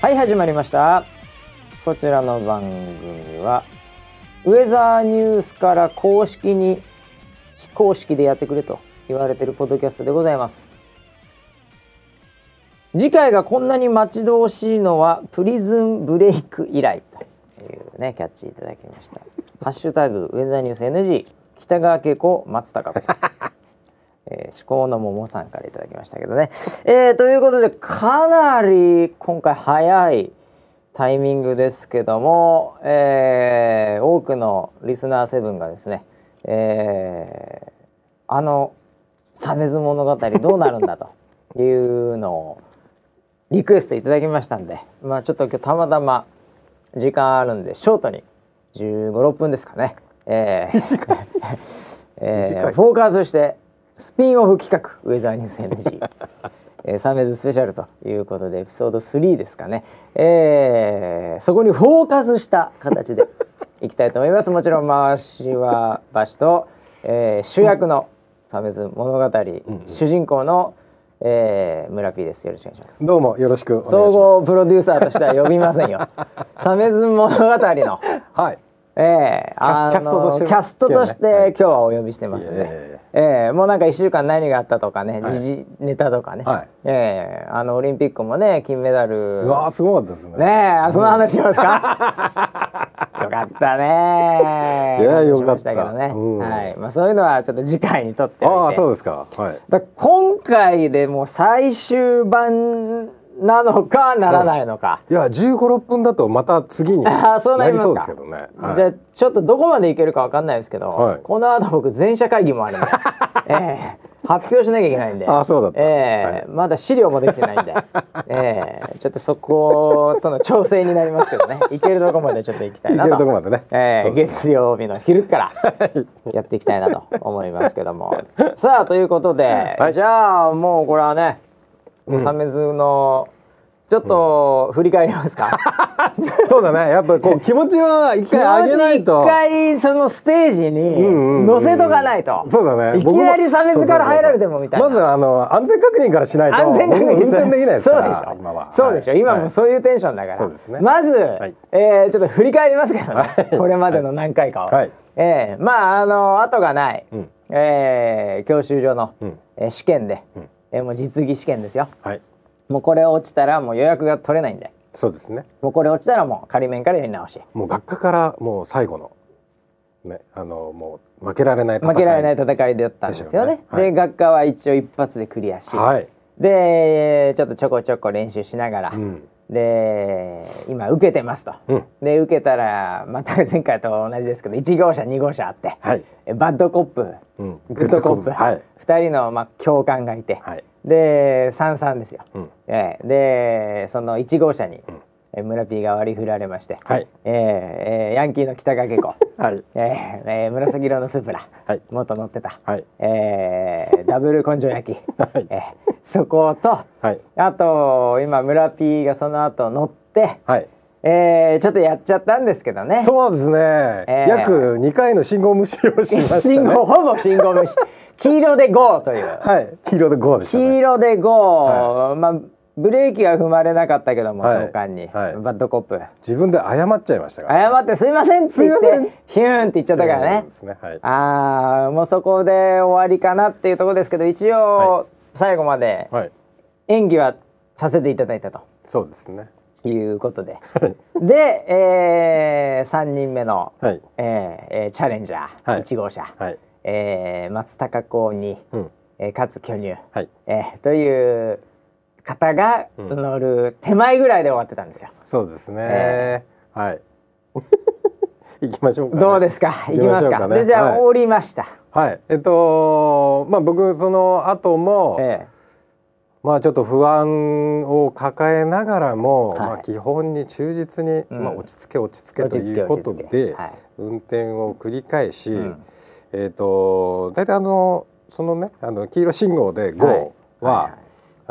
はい、始まりました。こちらの番組は、ウェザーニュースから公式に非公式でやってくれと言われているポッドキャストでございます。次回がこんなに待ち遠しいのはプリズンブレイク以来というねキャッチいただきました。ハッシュタグウェザーニュース NG 北川景子松高子。えー、至高の桃さんからいただきましたけどね。えーということでかなり今回早いタイミングですけども、えー多くのリスナー7がですね、えーあの「鮫洲物語」どうなるんだというのをリクエストいただきましたんで、まあ、ちょっと今日たまたま時間あるんでショートに1 5 6分ですかね、えーえー短いフォーカスしてスピンオフ企画ウェザーニュース NG。えー、 サメズスペシャルということでエピソード3ですかね、えーそこにフォーカスした形 でいきたいと思いますもちろん回しは橋と、えー主役のサメズ物語、主人公の、えー、村 P ですよろしくお願いしますどうもよろしくお願いします。総合プロデューサーとしては呼びませ んよサメズ物語のはい。ええあのキャストとしてねキャストとして今日はね今日はお呼びしてますね。いやいやいええもうなんか1週間何があったとかね、時事ネタとかね、はいええあのオリンピックもね金メダルうわーすごかったですね。ねえあその話しますかよかったねいや話しよかまっしたたけどね、うんはいまあ、そういうのはちょっと次回にとっておいてああそうですか。はい。だから今回でもう最終版なのかならないのか、いや15、6分だとまた次に あーそうななりりますそうかですけどね。じゃはあちょっとどこまでいけるかわかんないですけど、はいこの後僕全社会議もあるんで、 ええ発表しなきゃいけないんであそうだったええまだ資料もできてないんで、ええちょっとそことの調整になりますけ どねいけるとこまでちょっと行きたいなといけるとこまでねええそうですね月曜日の昼からやっていきたいなと思いますけども さあということで、はいじゃあもうこれはねサメズのちょっと振り返りますか、い。そうだね。やっぱこう気持ちは一回上げないと一。回そのステージにんうん乗せとかないと、そうだね。いきなり差別から入られても僕みたいなそうそうそうまずあの安全確認からしないと。安全確認僕も運転できないですかそうでら。しょ今は。そうでしょ、はい今もそういうテンションだから、そうですねまず、いえーちょっと振り返りますけどね、これまでの何回かを、はいえーまああの後がない、んえー教習所の、んえー試験で、えーもう実技試験ですよはい。はいもうこれ落ちたらもう予約が取れないんでそうですね。もうこれ落ちたらもう仮面からやり直しもう学科からもう最後のねあのもう負けられない戦い。負けられない戦いだったんですよねでしょうねはでい学科は一応一発でクリアし、はい。でちょっとちょこちょこ練習しながら、うんで今受けてますと、うんで受けたらまた前回と同じですけど1号車2号車あって、はいえバッドコップ、うんグッドコップ、グッドコップはい2人の、まあ、教官がいて、はいで三三ですよ、うんええでその1号車に、え村 P が割り振られまして、はいええええヤンキーの北川景子はい。ええええ紫色のスープラ、はい元乗ってた、はいええダブル根性焼き、はいええそこと、はいあと今村 P がその後乗って、はい。えーちょっとやっちゃったんですけどねそうですね、えー約2回の信号無視をしましたね信号ほぼ信号無視黄色で GO というはい黄色で5でした黄ね色で GO、まあブレーキは踏まれなかったけども、はい教官に、はいバッドコップ自分で謝っちゃいましたから謝って「すいません」って言っすいませんてヒューンって言っちゃったからそうねですねはいああもうそこで終わりかなっていうところですけど一は応最後まではい演技はさせていただいたとそうですねいうこと でで、え3人目の、はいえーえーチャレンジャー、はい1号車、はいえー松高公に、うんえーかつ巨乳、はいえーという方が乗る手前ぐらいで終わってたんですよ。そうですね、えはい 行きましょうか、ね、どうですか行きます行きましょかうかねでじゃあ、はい降りました。はいえっとまあ僕その後も、えまあちょっと不安を抱えながらも、はいまあ基本に忠実に、うんまあ落ち着け落ち着け落とち着けいうこと落ち着けで、はい運転を繰り返し、うんえっ、と大体あのそのねあの黄色信号ではい5は、はいはい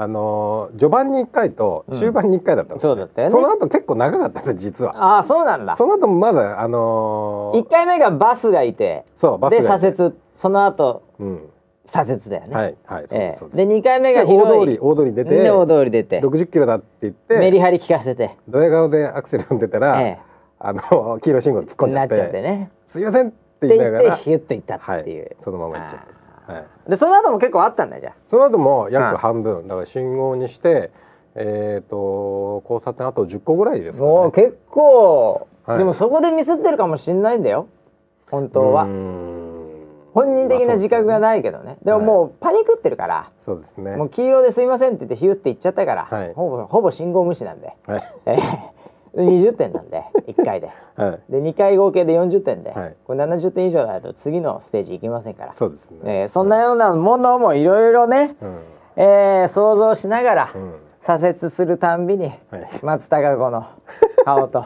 あの序盤に1回とうん中盤に1回だったんです、そうだったよねその後結構長かったんです実は。ああそうなんだ。その後もまだあのー1回目がバスがいてそうバスでが左折その後うん左折だよね。はいはいそうえです、そうえでです2回目がで大通り広い大通り出で大て通り出て60キロだって言っメてリハリ聞かせて、ドヤ顔でアクセル踏んでたら、えあの黄色信号突っ込え、んじゃなっってちゃってね。すいませんってって言い言ながっらてヒュッと行ったはっていう。い、そのまま行っちゃったあーはいでその後も結構あったんだじゃその後もうん約半分、だから信号にしてえっ、と交差点あと10個ぐらいですあ。かもうね結構、はいでもそこでミスってるかもしんないんだよ本当はうー。ん本人的な自覚がまあないけどね,、でももうパニクってるから、そうですねもう黄色ですいませんって言ってヒュッて言っちゃったから、はいほぼほぼ信号無視なんで、そうですねえ ー20点なんで1回で。はい、はい、で2回合計で40点で、はいこれ70点以上だと次のステージ行きませんからそうですねえーそんなようなものもいろいろね、うんえー想像しながらうん左折するたんびに、松たか子の顔 と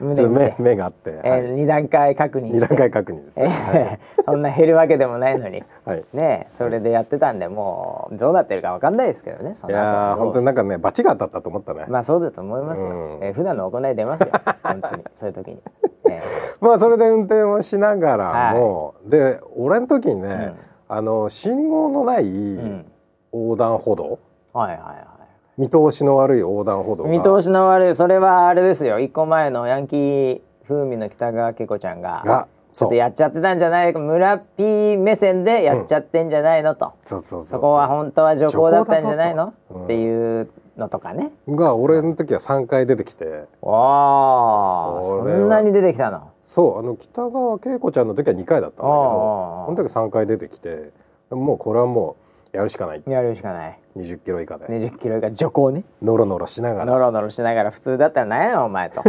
ちょ胸っとに、目目があって、えはい2段階確認二段階確認ですね、えーそんな減るわけでもないのに。はいねえそれでやってたんでもうどうなってるかわかんないですけどねそいの後やーはどう本当になんかねバチが当たったと思ったね、まあそうだと思いますよ、うんえー普段の行い出ます よ本当にそういう時に、えまあそれで運転をしながらも、で俺の時にね、んあの信号のないーうん横断歩道、はいはいはい見通しの悪い横断歩道が見通しの悪いそれはあれですよ一個前のヤンキー風味の北川景子ちゃんががちょそっうとやっちゃってたんじゃない村ピー目線でやっちゃってんじゃないのと、そうそうそうそこは本当は徐行だったんじゃないの、徐行だぞとうんっていうのとかねが俺の時は3回出てきておーこそれはんなに出てきたのそうあの北川景子ちゃんの時は2回だったんだけどおうおうおうこの時3回出てきてもうこれはもうやるしかないやるしかない2 0キロ以下で2 0キロが徐行ねノロノロしながらノロノロしながら普通だったら何やのお前 と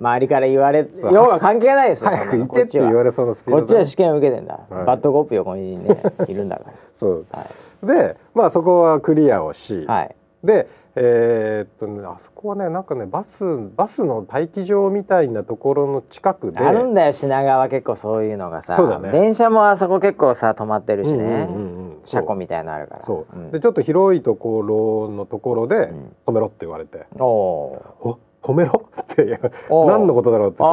周りから言われよそううが関係ないですよ早そくんな行のっこてっってち言わはれそうなスピーこドっちはで試験受けてんだ、はいバッドコップ横にねいるんだかそうら、はでまあそこはクリアをし、い、はいでえーっとねあそこはねなんかねバスバスの待機場みたいなところの近くであるんだよ品川結構そういうのがさ、そうだね電車もあそこ結構さ止まってるしね、うんうんうんうん車庫みたいなのあるからそう、んでちょっと広いところのところでん止めろって言われて、おおお止めろっていうおう何のことだろうってちょっ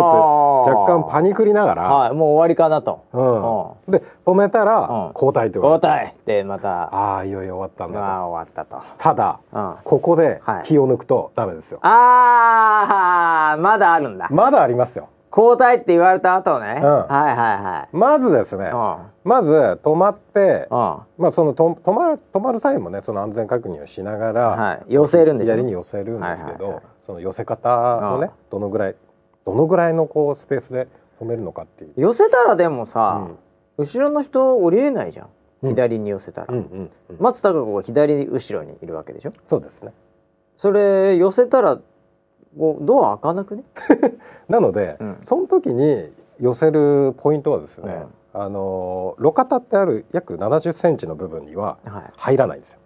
と若干パニクりながーら、はいもう終わりかなと、おうん、で止めたうんら交代って言わ交れて、代でまたああいよいよ終わったんだまとあ終わったとただ、うんここではい気を抜くとダメですよ、あーまだあるんだまだありますよ交代って言われた後ね、はいはいはいまずですね、うまず止まっんうて、んまあそのと止まる止まる際もねその安全確認をしながら、はい寄せるんですね左に寄せるんですけど、はいはいはいその寄せ方のねああどのぐらいどのぐらいのこうスペースで止めるのかっていう。寄せたらでもうさん、後ろの人降りれないじゃん左に寄せたら、うんうんうん松たか子が左後ろにいるわけでしょそうですね。それ寄せたらこうドア開かなくねなので、うんその時に寄せるポイントはですね、うんあのー路肩ってある約70センチの部分にははい入らないんですよ。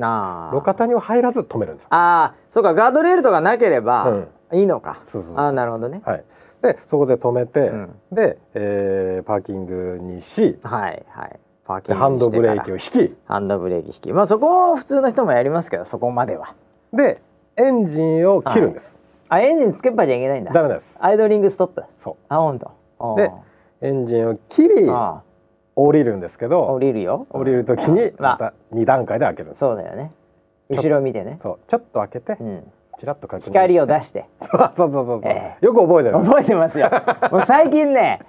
あー路肩には入らず止めるんですよ。あーそうかガードレールとかなければいいのか、そうそうそうああなるほどねはい。でそこで止めて、うんで、えーパーキングにし、はいはいパーキでングハンドブレーキをを引き。ハンドブレーキ引きまあそこは普通の人もやりますけどそこまではでエンジンを切るんです、あエンジンつけっぱじゃいけないんだダメですアイドリングストップそあほんとおううでエンジンを切りあ降りるんですけあ降どりるよ降りる時にまあまた2段階で開けるんです、そうだよねちょ後ろ見てね、そうちょっと開けてうん、チラッと確認して光を出してそうそうそうそうそう、 えよく覚えてる覚えてますよもう最近ね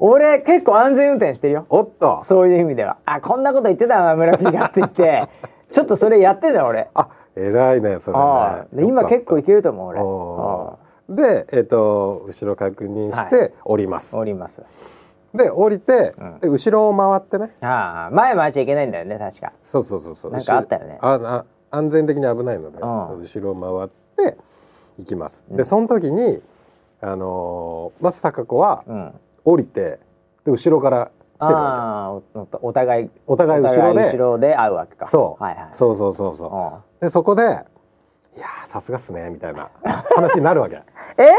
俺結構安全運転してるよおっとそういう意味ではあこんなこと言ってたな村木がって言って ちょっとそれやってた俺あ偉いねそああれでね今結構いけると思う俺構でえっ、と後ろ確認しはて降ります、おりますで降りて、んで後ろを回ってねああ前回っちゃいけないんだよね確かそうそうそうそう。なんかあったよね後ろああ安全的に危ないので、うん後ろを回って行きます。でその時にあのー、松たか子はうん降りてで後ろから来てるわああおおお互いお互い後おろで互い後ろで会うわけかけ。そう、はいはいそうそうそうそう。でそこでいやーさすがっすねみた いな話になるわけ。うんえ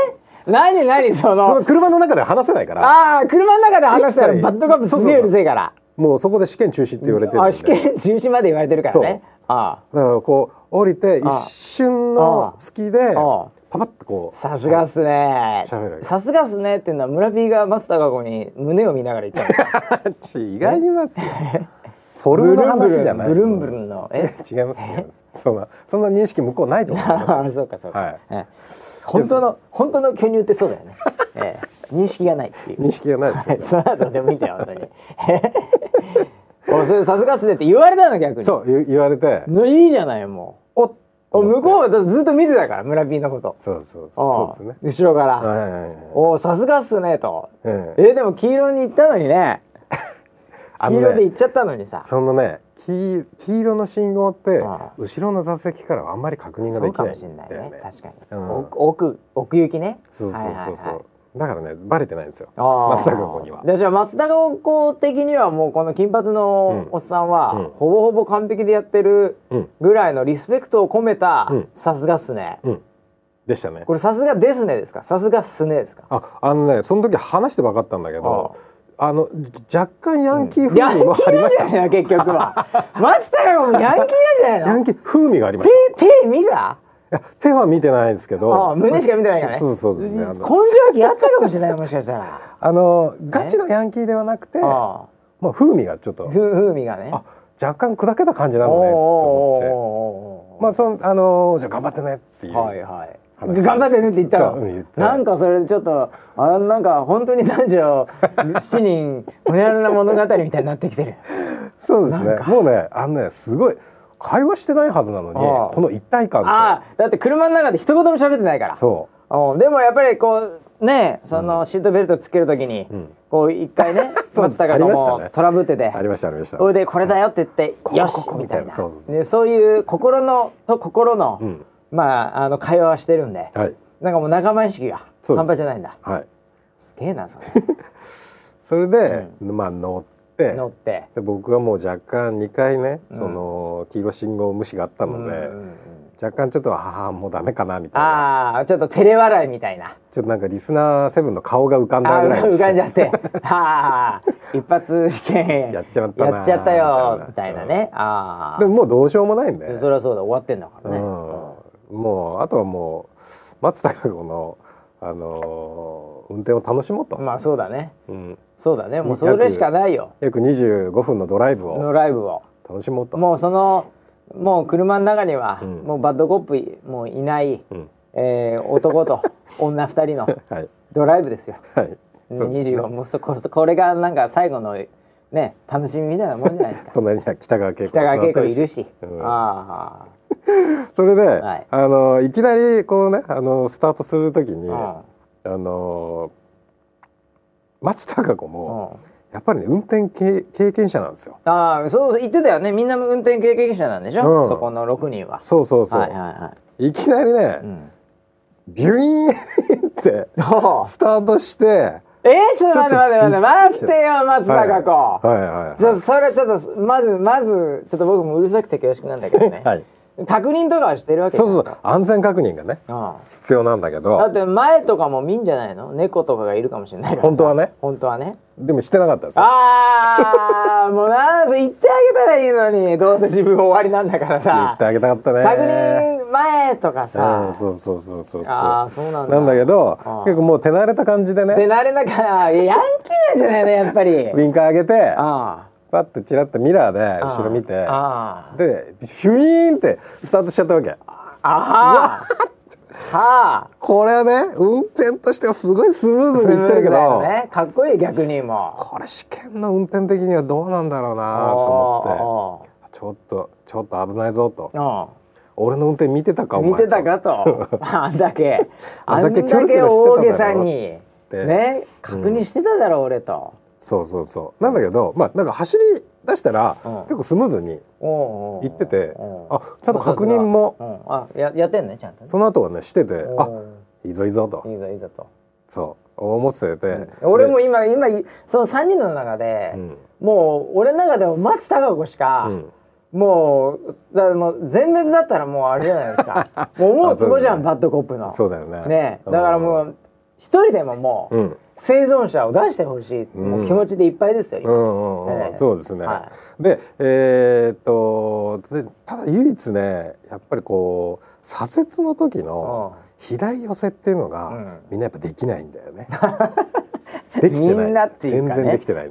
何何そそのの車の中では話せないから、ああ車の中で話したら一切バッドカップすげえうるせえからもうそこで試験中止って言われてるんあで。試験中止まで言われてるからねあだからこう降りてあ一瞬の隙であパパッとこあう。さすがっすね喋るわけさすがっすねっていうのは 村 P が松たか子に胸を見ながら言ったんですよ 違いますよ。フォルムの話じゃないブルンブルンブルンブルンの違いえ 違います違いますそんなそんな認識向こうないと思いますああそうかそうか、はいええ本当の本当の巨乳ってそうだよね、ええ認識がないっていう認識がないですよね その後でも見てよ本当に おそれさすがっすねって言われたの逆にそう言言われてのいいじゃないもおっうお向こうはだってずっと見てたから村 P のことそうそうそうそううんですね後ろから、はいはいはいはいおさすがっすねとえええでも黄色に行ったのにねあ黄の色でね行っちゃったのにさそのね黄黄色の信号ってああ後ろの座席からはあんまり確認がそでうきかなもいしれんないだよねね確かに、うん奥奥奥行きねそうそうそはういはいはいそうだからねバレてないんですよあー松田君こにはでじゃあ松田子的にはもうこの金髪のうんおっさんは、うんほぼほぼ完璧でやってるうんぐらいのリスペクトを込めたうんさすがっすね、うんでしたねこれさすがですねですかさすがっすねですかああのねその時話して分かったんだけどあのじ若干ヤンキーヤンキ風味もありーなまんじしゃたないの結局 は松田がもうヤンキーなんじゃないヤのンキー風味がありまし手手見たたいや手は見てないんですけあどあ胸しか見てないからねそうそうそうですねあ根の性期あったかもしれないもしかした らあのガチのヤンキーではなくてまあああ風味がちょっとふ風味がねあ若干砕けた感じなおのねとお思っておおまあそのあのじゃあ頑張ってねっていう、はいはい話で頑張ってねって言ったそううん言っのたなんかそれでちょっとあなんか本当に男女7人 ほにゃらら物語みたいになってきてるそうですなねんかもうねあのねすごい会話してないはずなのにああこの一体感あとあだって車の中で一言も喋ってないからそうんでもやっぱりこうねそのシートベルトつけるときに、んこう一回ね そう松高がありましたもねうトラブっててうありましたありましたそれでこれだよって言って、こよしここみたいなみたいなそうそうそうねそういう心のと心の、うんまああの会話はしてるんで、はいなんかもう仲間意識がそうで半す端じゃないんだはいすげえなそれ それで、まあ乗って乗ってで僕はもう若干2回ね、その黄色信号無視があったうので、んうんうん若干ちょっとああもうダメかなみたいなああちょっと照れ笑いみたいなちょっとなんかリスナーセブンの顔が浮かんだあーぐらいで浮したかんじゃって 「ああ一発試験やっちまったなーやっちゃったよ」みみたたいいななねああでももうどうしようもない んで、そりゃそうだ終わってんだからね、うん、もうあとはもう松たか子の、あのー運転を楽しもうと、まあそうだねうん、そうだねもうそれしかないよ約25分のドライブのをライブを楽しもうと。もうそのもう車の中には、うんもうバッドコップいもういない、うんえー男と女2人のはいドライブですよはいそうですね25もうそここれがなんか最後のね楽しみみたいなもんじゃないです か隣には北川景子北川景子いるしし、うんあそれで、はいい、あのーいきなりこうねあのースタートするときに、あ、あのー松たか子うんも、うんやっぱりね運転経経験者なんですよ。ああそうそう言ってたよねみんな運転経験者なんでしょ、うんそこの6人はそうそうそう、、はいはいはいきなりね、い、うん、 ビュイーンってどうスタートしてえー、ちょっと待って待って待って待ってよ松坂子、はいはいはいじゃあそれはちょっとまずまずちょっと僕もうるさくて恐縮なんだけどね、はい、確認とかはしてるわけそうそううそう安全確認がねう必要なんだけん、だっどて前とかも見んじゃないの猫とかがいるかもしれないからさ本当はね本当はねでもしてなかったんですよあーもうなんせ言ってあげたらいいのにどうせ自分終わりなんだから言さってあげたかったね確認前とかさ、うんそうそうそうそうそうあーそうなんだなんだけどあー結構もう手慣れた感じででね慣れなからヤンキーなんじゃないのやっぱりウィンカー上げてあパッとチラッとミラーであ後ろ見てあでシュイーンってスタートしちゃったわけあああはあこれはね運転としてはすごいスムーズにいってるけど、ねかっこいい逆にもこれ試験の運転的にはどうなんだろうあなと思ってってちょっとちょっと危ないぞとうん俺の運転見てたかお前見てたかと あんだけああんんだだけけキョロキョロしてただろ大げさにてね確認してただろ俺とそうそうそうなんだけどまあなんか走り出したら、うん結構スムーズに行行っててあちゃんと確認もあややってんねちゃんとねその後はねしててあういいぞいいぞとんいいぞいいぞとそう思ってて、俺も今今いその3人の中でうんもう俺の中でも松たか子しか、うんもうだからもう全滅だったらもうあれじゃないです かもう思うツボじゃんバッドコップのそうだよねねだからもう一人でももう、うん生存者を出してほしい、もう気持ちでいっぱいですよ、う今んうんうん、ええそうですね、はでえーっとでただ唯一ねやっぱりこう左折の時のうん左寄せっていうのが、うん みんなやっぱできないんだよねできてないみんなっていうかね全然できてない、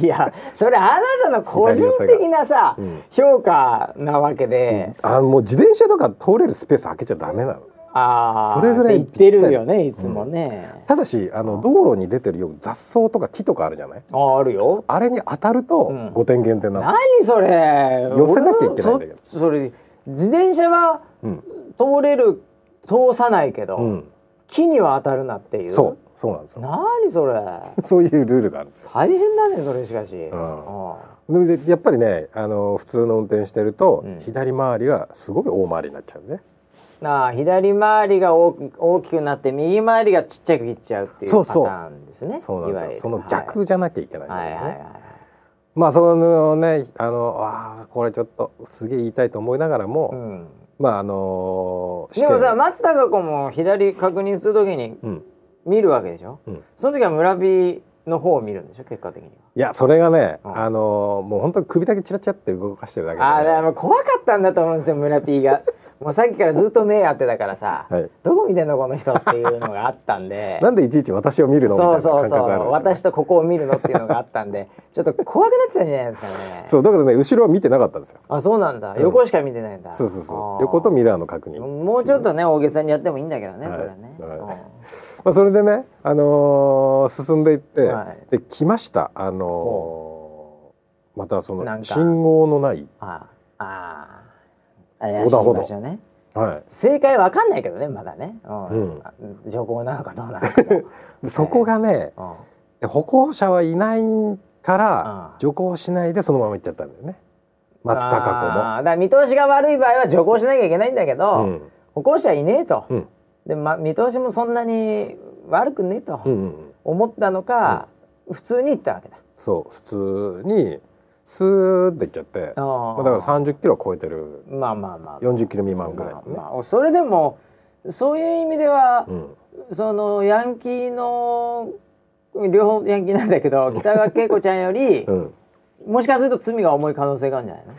いやそれあなたの個人的なさ、うん評価なわけで、あもう自転車とか通れるスペース開けちゃダメなのああそれぐらい言ってるよねいつもね、ただしあの道路に出てるよう雑草とか木とかあるじゃないあああるよあれに当たるとうん5点減点なの、何それ寄せなきゃいけないんだけ俺どそそれ自転車はうん通れる通さないけど、うん木には当たるなっていうそうそうなんですよ何それ そういうルールがあるんですよ大変だねそれしかし、んででやっぱりねあの普通の運転してると、うん左回りはすごい大回りになっちゃうねなあ左回りが大き大きくなって右回りがちっちゃくいっちゃうっていうそうパタそうーンですねそうなんですよそいわゆのる逆じゃなきゃいけないんだはいよはいね、はいはいまあそのねあのあーこれちょっとすげえ言いたいと思いながらも、うんまああのーでもさ試験松たか子も左確認するときにうん見るわけでしょ、うんその時は村人の方を見るんでしょ結果的にいやそれがね、うんあのーもう本当に首だけチラチラって動かしてるだけで、はああーだからもう怖かったんだと思うんですよ村 P がもうさっきからずっと目合ってたからさ、はいどこ見てんのこの人っていうのがあったんで なんでいちいち私を見るのみたいそうそなう感そう覚があるでしょ私とここを見るのっていうのがあったんでちょっと怖くなってたんじゃないですかねそうだからね後ろは見てなかったんですよあそうなんだん横しか見てないんだ、そうそうそあうー横とミラーの確認、もうちょっとね大げさにやってもいいんだけどね、はいそれはね、はいうんまあ、それでね、あのー進んでいって、はいで来ましたあのーまたそなんのか信号のない、ああああ怪しい横断歩道場所ねは正解わかんないけどねまだねうん、うん徐行なのかどうなのか、い、でそこがねうんで歩行者はいないからうん徐行しないでそのまま行っちゃったんだよね松たかああだから見通しが悪い場合は徐行しなきゃいけないんだけ子も。ど、うん歩行者はいねえと、うんで、ま、見通しもそんなに悪くねえうとんうんうん、思ったのか、普通に行ったわけだそう普通にスーッて行っちゃってあまーあだから30キロ超えてるまあまあまあ40キロ未満ぐらいのね、まあまあそれでもそういう意味では、うん、そのヤンキーの両方ヤンキーなんだけど北川景子ちゃんより、うん、もしかすると罪が重い可能性があるんじゃないの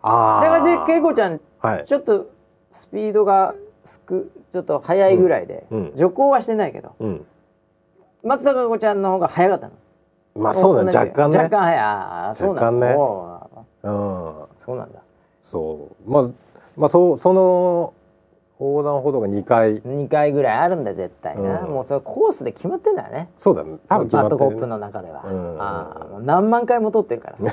あ北川景子ちゃゃんんはいちょっとスピードがすくちょっと速いぐらいで、うんうん徐行はしてないけどうん松たか子ちゃんの方が速かったのまあそうなん若干ね若干速いああそうなんだ若干ねおううんそうなんだそうまずまあそうその横断歩道が2回2回ぐらいあるんだ絶対な、うんもうそれコースで決まってんだよねそうだね多分決まバッドってコるッね、プの中では、うんああもう何万回も通ってるからさ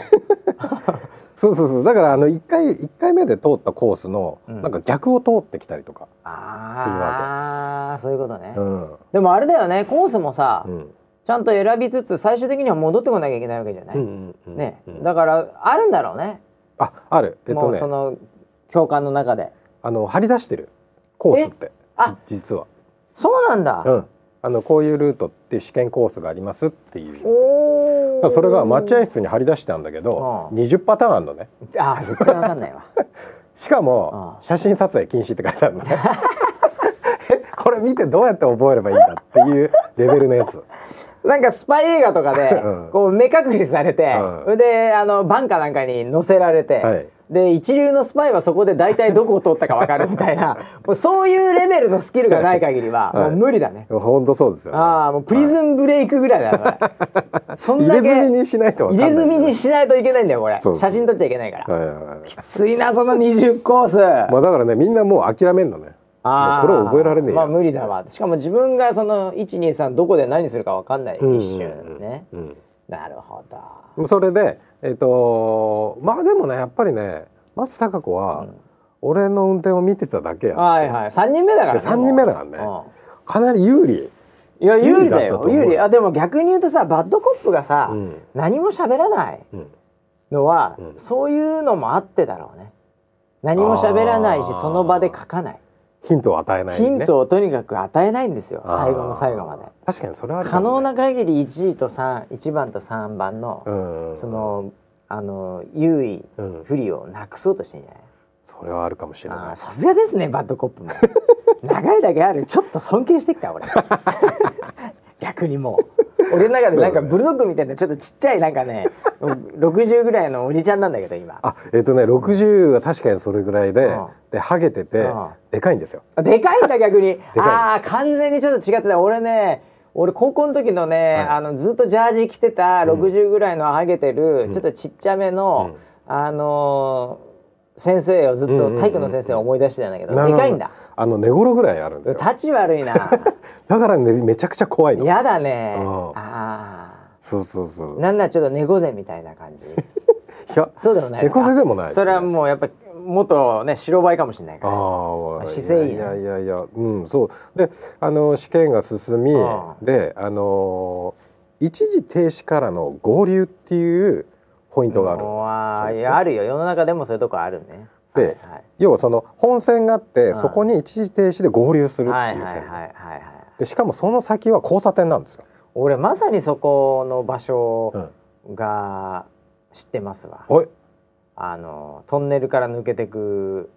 そうそうそうだからあの1回一回目で通ったコースのうんなんか逆を通ってきたりとか、するああそういうことね、うんでもあれだよねコースもさ、うんちゃんと選びつつ最終的には戻ってこなきゃいけないわけじゃない、うんうんね、うんだからあるんだろうね、ああるえっもとうねその教官の中であの張り出してるコースってあじ実は、そうなんだ、うん、あのこういうルートっていう試験コースがありますっていうおたおだそれが待合室に張り出してたんだけどう20パターンあるのねあー絶対わかんない わしかもうん写真撮影禁止って書いてあるのねえ これ見てどうやって覚えればいいんだっていうレベルのやつなんかスパイ映画とかで、うんこう目隠しされて、うんであのバンカーなんかに乗せられて、はいで一流のスパイはそこで大体どこを通ったかわかるみたいなもうそういうレベルのスキルがない限りは、はいもう無理だね本当そうですよ、ね、ああもうプリズンブレイクぐらいだよ、これそん入だれけ墨にしないと分入かんないれ墨にしないといけないんだよこれそうそう写真撮っちゃいけないから、はいはいはいきついなその20コース、まあだからねみんなもう諦めんのねあーもうこれ覚えられねえやまあ無理だわしかも自分がその123どこで何するかわかんない、うん一瞬ね、うんなるほどそれでえっ、とまあでもねやっぱりね松たか子は俺の運転を見てただけや、はいはい3人目だからね3人目だからねもかなり有利ううんいや有利だ有利だったとよ思う有利あでも逆に言うとさバッドコップがさ、うん何も喋らないうんのは、うんそういうのもあってだろうね何も喋らないしあーその場で書かない、ヒントを与えない、ヒね、ントをとにかく与えないんですよあー最後の最後まで確かにそれはあるか可も能ね、な限り1位と31番と3番の、うんそのあの優位うん不利をなくそうとしてんじゃないそれはあるかもしれあなーいさすがですねバッドコップも長いだけあるちょっと尊敬してきた俺 逆にもう俺の中でなんかブルドッグみたいなちょっとちっちゃいなんかね 60ぐらいのおじちゃんなんだけど今あえっ、とね60は確かにそれぐらいで、うんでハゲてて、うんでかいんですよでかいんだ逆にすああー完全にちょっと違ってた俺ね俺高校の時のね、いあのずっとジャージ着てた60ぐらいのハゲてる、んちょっとちっちゃめの、あのー先生をずっうんうんうんうとん体育の先生を思い出してたんだけど、なるでほどかいんだあの寝頃ぐらいあるんですよ立ち悪い なだからねめちゃくちゃ怖いのやだねうんあそうそうそあうなんならちょっと猫背みたいな感じいやそうでもないですか猫背でもないですねそれはもうやっぱ元ね白バイかもしれないからああ姿勢いいねいやいやいやうんそうであの試験が進みうんであのー一時停止からの合流っていうポイントがあるもうあそうーでいすやあるよ世の中でもそういうとこあるねではいはい要はその本線があってんそこに一時停止で合流するはっいてはいいうはい線はいはいでしかもその先は交差点なんですよ俺まさにそこの場所が知ってますわ、おいあのトンネルから抜けてく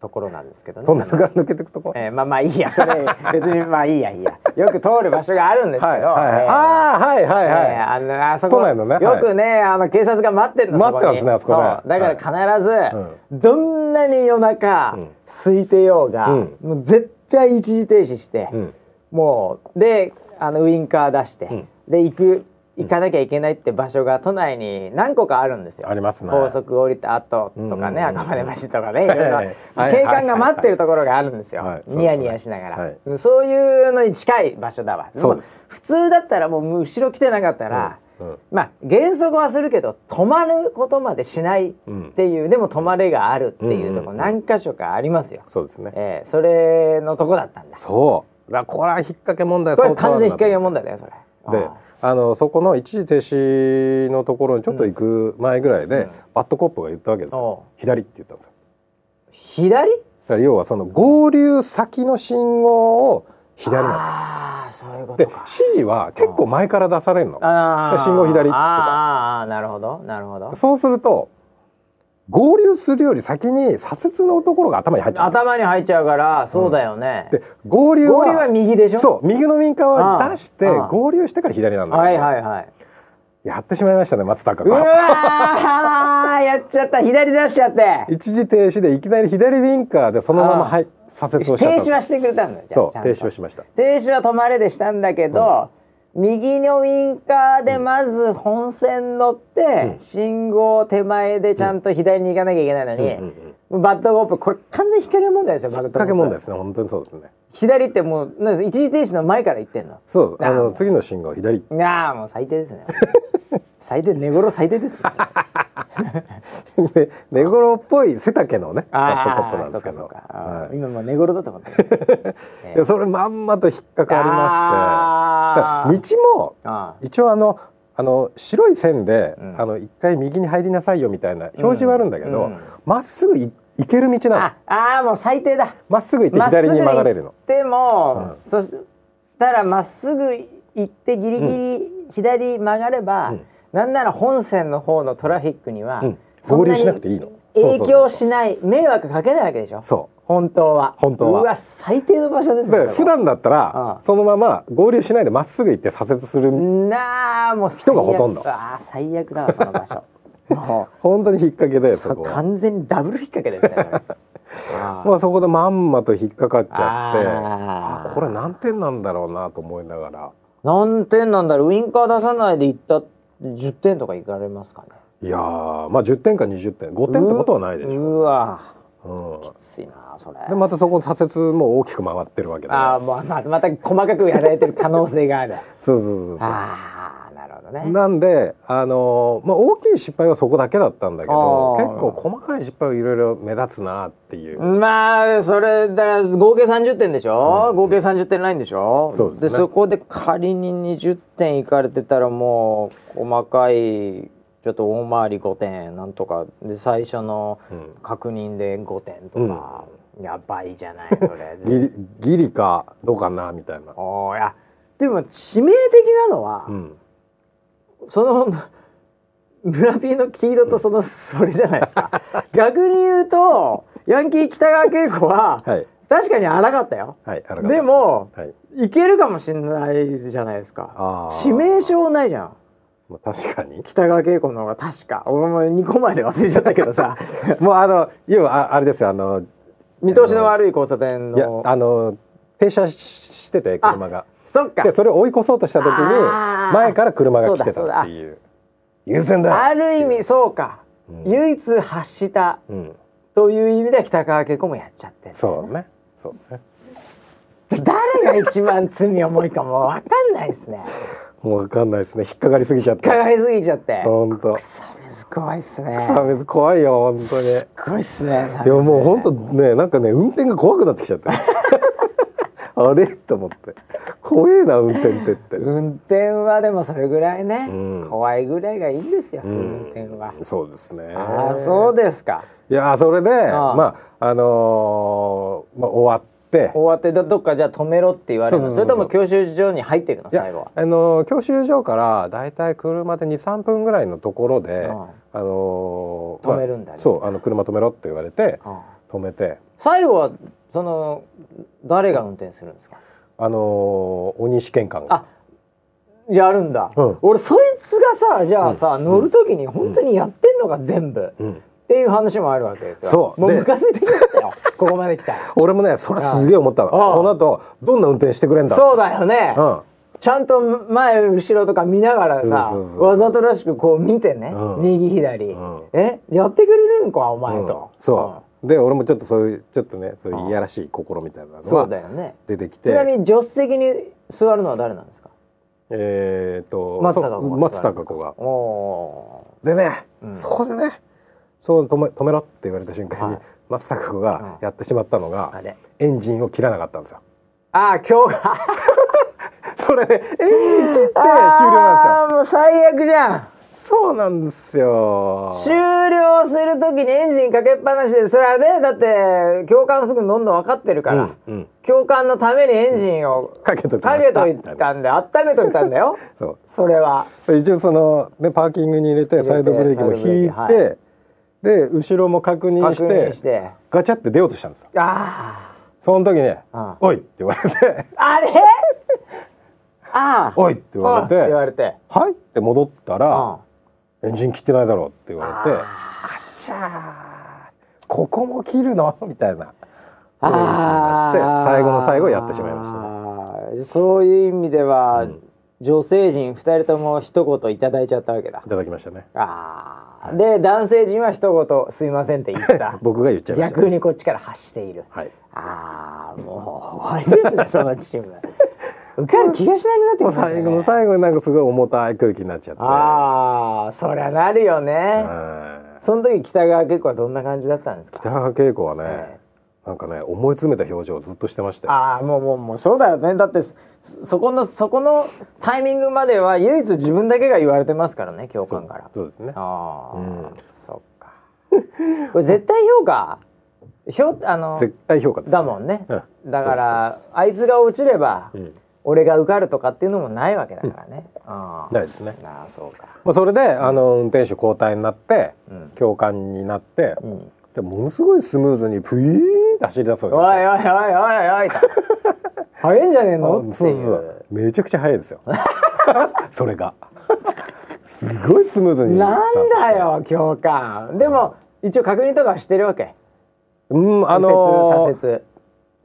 ところなんですけどねトンネルから抜けてくとこえーまあまあいいやそれ別にまあいいやいいやよく通る場所があるんですけど、はいはいはいえーああはいはいえはーあのあそこ都内のねはいよくね、あの警察が待ってんの待っそこてまにすねあそこねうだから必ず、はいどんなに夜中、うん空いてようが、うんもう絶対一時停止して、いうんもうであのウインカー出して、んで行く行かなきゃいけないって場所が都内に何個かあるんですよ。ありますね高速降りた後とかね、うんうんうんうん赤羽橋とかね、いろいろ はいはい警官が待ってるところがあるんですよ。はいニヤニヤしながら、そうですそういうのに近い場所だわ。そうですもう普通だったらもう後ろ来てなかったら、うんうんまあ減速はするけど止まることまでしないっていう、でも止まれがあるっていうところ、うんうんう何ん箇所かありますよ。そうですねえーそれのとこだったんです。そうだからこれは引っ掛け問題これ相当あ完るなと思っ全て引っ掛け問題だよそれ。でああのそこの一時停止のところにちょっと行く前ぐらいで、バッドコップが言ったわけですよお左って言ったんですよー左？だから要はその合流先の信号を左なんああそういうこでとすよでか指。示は結構前から出されるのあー信号左とかあーあーあーなるほどなるほど。そうすると合流するより先に左折のところが頭に入っちゃうんです頭に入っちゃうからそうだよね。で合流は合流は右でしょ。そう右の民間は出してああああ合流してから左なんだけど、はいはいはい。やってしまいましたね松高うが。わーやっちゃった左出しちゃって。一時停止でいきなり左ウィンカーでそのままはい左折停をしちゃったんで止すよはしてくれたんだよ。じゃあそうちゃん停と止をしました停止は止まれでしたんだけど、右のウインカーでまず本線乗って、信号手前でちゃんと左に行かなきゃいけないのに、バッドコップこれ完全に引っ掛け問題ですよバッドコップかけ問題ですね本当にそうですね左ってもうなんです一時停止の前から行ってんのそうあもあのう次の信号左なあもう最低です ね最低寝頃最低ですねで 寝頃っぽい背丈のねバッドコップなんですけあーそどうかそうかあーは今もう寝頃だと思ったいでそれまんまと引っかかりまあしてだ道もあー一応あのあの白い線で、あの一回右に入りなさいよみたいな表示はあるんだけうどんま、っすぐい行ける道なのああーもう最低だまっすぐ行ってまっすぐ左に曲がれるの行っても、そしたらまっすぐ行ってギリギリ左曲がれば、なんなら本線の方のトラフィックには、んそん合流しなくていいの影響しない迷惑かけないわけでしょそう本当は本当はうわ最低の場所ですだかねらそ普こ段だったらうんそのまま合流しないでまっすぐ行って左折するなあもう人人がほとんどあ最悪だわその場 所も本当に引っ掛けでうそそここは。完全にダブル引っ掛けですねこ れあーまあそこでまんまと引っかかっちゃってああーこれ何点なんだろうなと思いながら何点なんだろうウインカー出さないで行った10点とかいかれますかねいやーまあ10点か20点5点ってことはないでしょ、うわうんきついなそれでまたそこ左折も大きく回ってるわけでああもうままた細かくやられてる可能性がある そうそうそうそああなるほどうねなんであのーまあ大きい失敗はそこだけだったんだけどあー結構細かい失敗はいろいろ目立つなっていう、まあそれだから合計30点でしょ、合計30点ないんでしょそうですねそこで仮に20点いかれてたらもう細かいちょっと大回り5点なんとかで最初の確認で5点とか、やばいじゃないそ れギリギリかどうかなみたいな、おーいやでも致命的なのは、うん、その村ピーの黄色とそのそれじゃないです か逆に言うとヤンキー北川景子は、はい確かに荒かったよはい荒かったすでも、はいい、けるかもしれないじゃないですかあー致命傷ないじゃんまあ、確かに 北川景子の方が確か俺も2個前で忘れちゃったけど さもうあの要はああれですよあの見通しの悪い交差点いやのあの停車ししてて車がそっかでそれを追い越そうとした時にあー前から車が来てそうだそうただっていう優先だある意味そうか、うん唯一発したうんという意味では北川景子もやっちゃってるそうねそうね誰が一番罪重いかも分かんないですねもうわかんないですね引っかかりすぎちゃっかたかりすぎちゃって本当くそ水怖いっすね草水怖いよ本当にいすごいっすねやもう本当ねなんかね運転が怖くなってきちゃった あれと思って怖えな運転ってって運転はでもそれぐらいね、うん怖いぐらいがいいんですよ、うん運転は、そうですねああそうですかいやーそれでああまああのーまあ、終わって終わってどどっかじゃあ止めろって言われるのそうそそうそうそうれとも教習所に入っていくのいや最後はあのー教習所からだいたい車で23分ぐらいのところで、うんあのーまあ止めるんだねそうあの車止めろって言われてうん止めて最後はその誰が運転するんですかあのー大西健官があやるんだ、うん俺そいつがさじゃあさ、乗る時に本当にやってんのか全部、うんっていう話もあるわけですよそうもうでムカついてきました よここまで来たら俺もねそれすげえ思ったのああこの後どんな運転してくれん だそうだよね、うんちゃんと前後ろとか見ながらさそうそうそうわざとらしくこう見てね、うん右左、んえやってくれるんかお前うんと、そうで俺もちょっとそういうちょっとねそういういやらしい心みたいなのうんそうだがよね出てきてちなみに助手席に座るのは誰なんですかえーっと松たかそ子う松たか子がおおでね、うんそこでねそう止め止めろって言われた瞬間に、はい松たか子うんがやってしまったのーあが、れエンジンを切らなかったんですよ。ああ今日がそれねエンジン切って終了なんあーもう最悪じゃんですよ。そうなんですよ。終了する時にエンジンかけっぱなしでそれはねだって教官すぐどんどん分かってるから、うんうん教官のためにエンジンをかけときかまけした。といみたいなたんで温めといたんだ よそそれは。う一応そのねパーキングに入れてサイドブレーキも引いて、サイドブレーキで後ろも確認確して認してガチャって出ようとしたんですよ。あその時ね「うんおい!」って言わ れてあ あれああおいって言われておいって言われて「はい?」って戻ったうらん「エンジン切ってないだろ」って言われて「じゃあここも切るの?」 みたいなあってー最後の最後やってしまいましたねあーそういう意味では、女性陣2人とも一言いただいちゃったわけだいただきましたねあーで男性陣は一言「すいません」って言った 僕が言っちゃいましたね逆にこっちから発している、はいああもう終わりです ねそのチーム受かる気がしなくもなうってきましたね最後の最後になんかすごい重たい空気になっちゃってああそりゃなるよね、うんその時北川結構はどんな感じだったんですか北川景子はね、えなんかね思い詰めた表情をずっとしてましたよああもうもうもうそうだよねだってそそこのそこのタイミングまでは唯一自分だけが言われてますからね教官からそうですねああ、うんそっかこれ絶対評価評あの絶対評価ですねだもんね、うんだからそうそうあいつが落ちれば、ん俺が受かるとかっていうのもないわけだからね、あないですねあああそうかまあ、それであの運転手交代になって、うん教官になって、んでものすごいスムーズにプイーンって走り出すおいおいおわいおいおいと早いんじゃねえけのっていでうすよ。そうそうそうめちゃくちゃ速いですよ それがすごいスムーズにスターなトんしてだよ教官でも一応確認とかはしてるわけうんあ右折の左折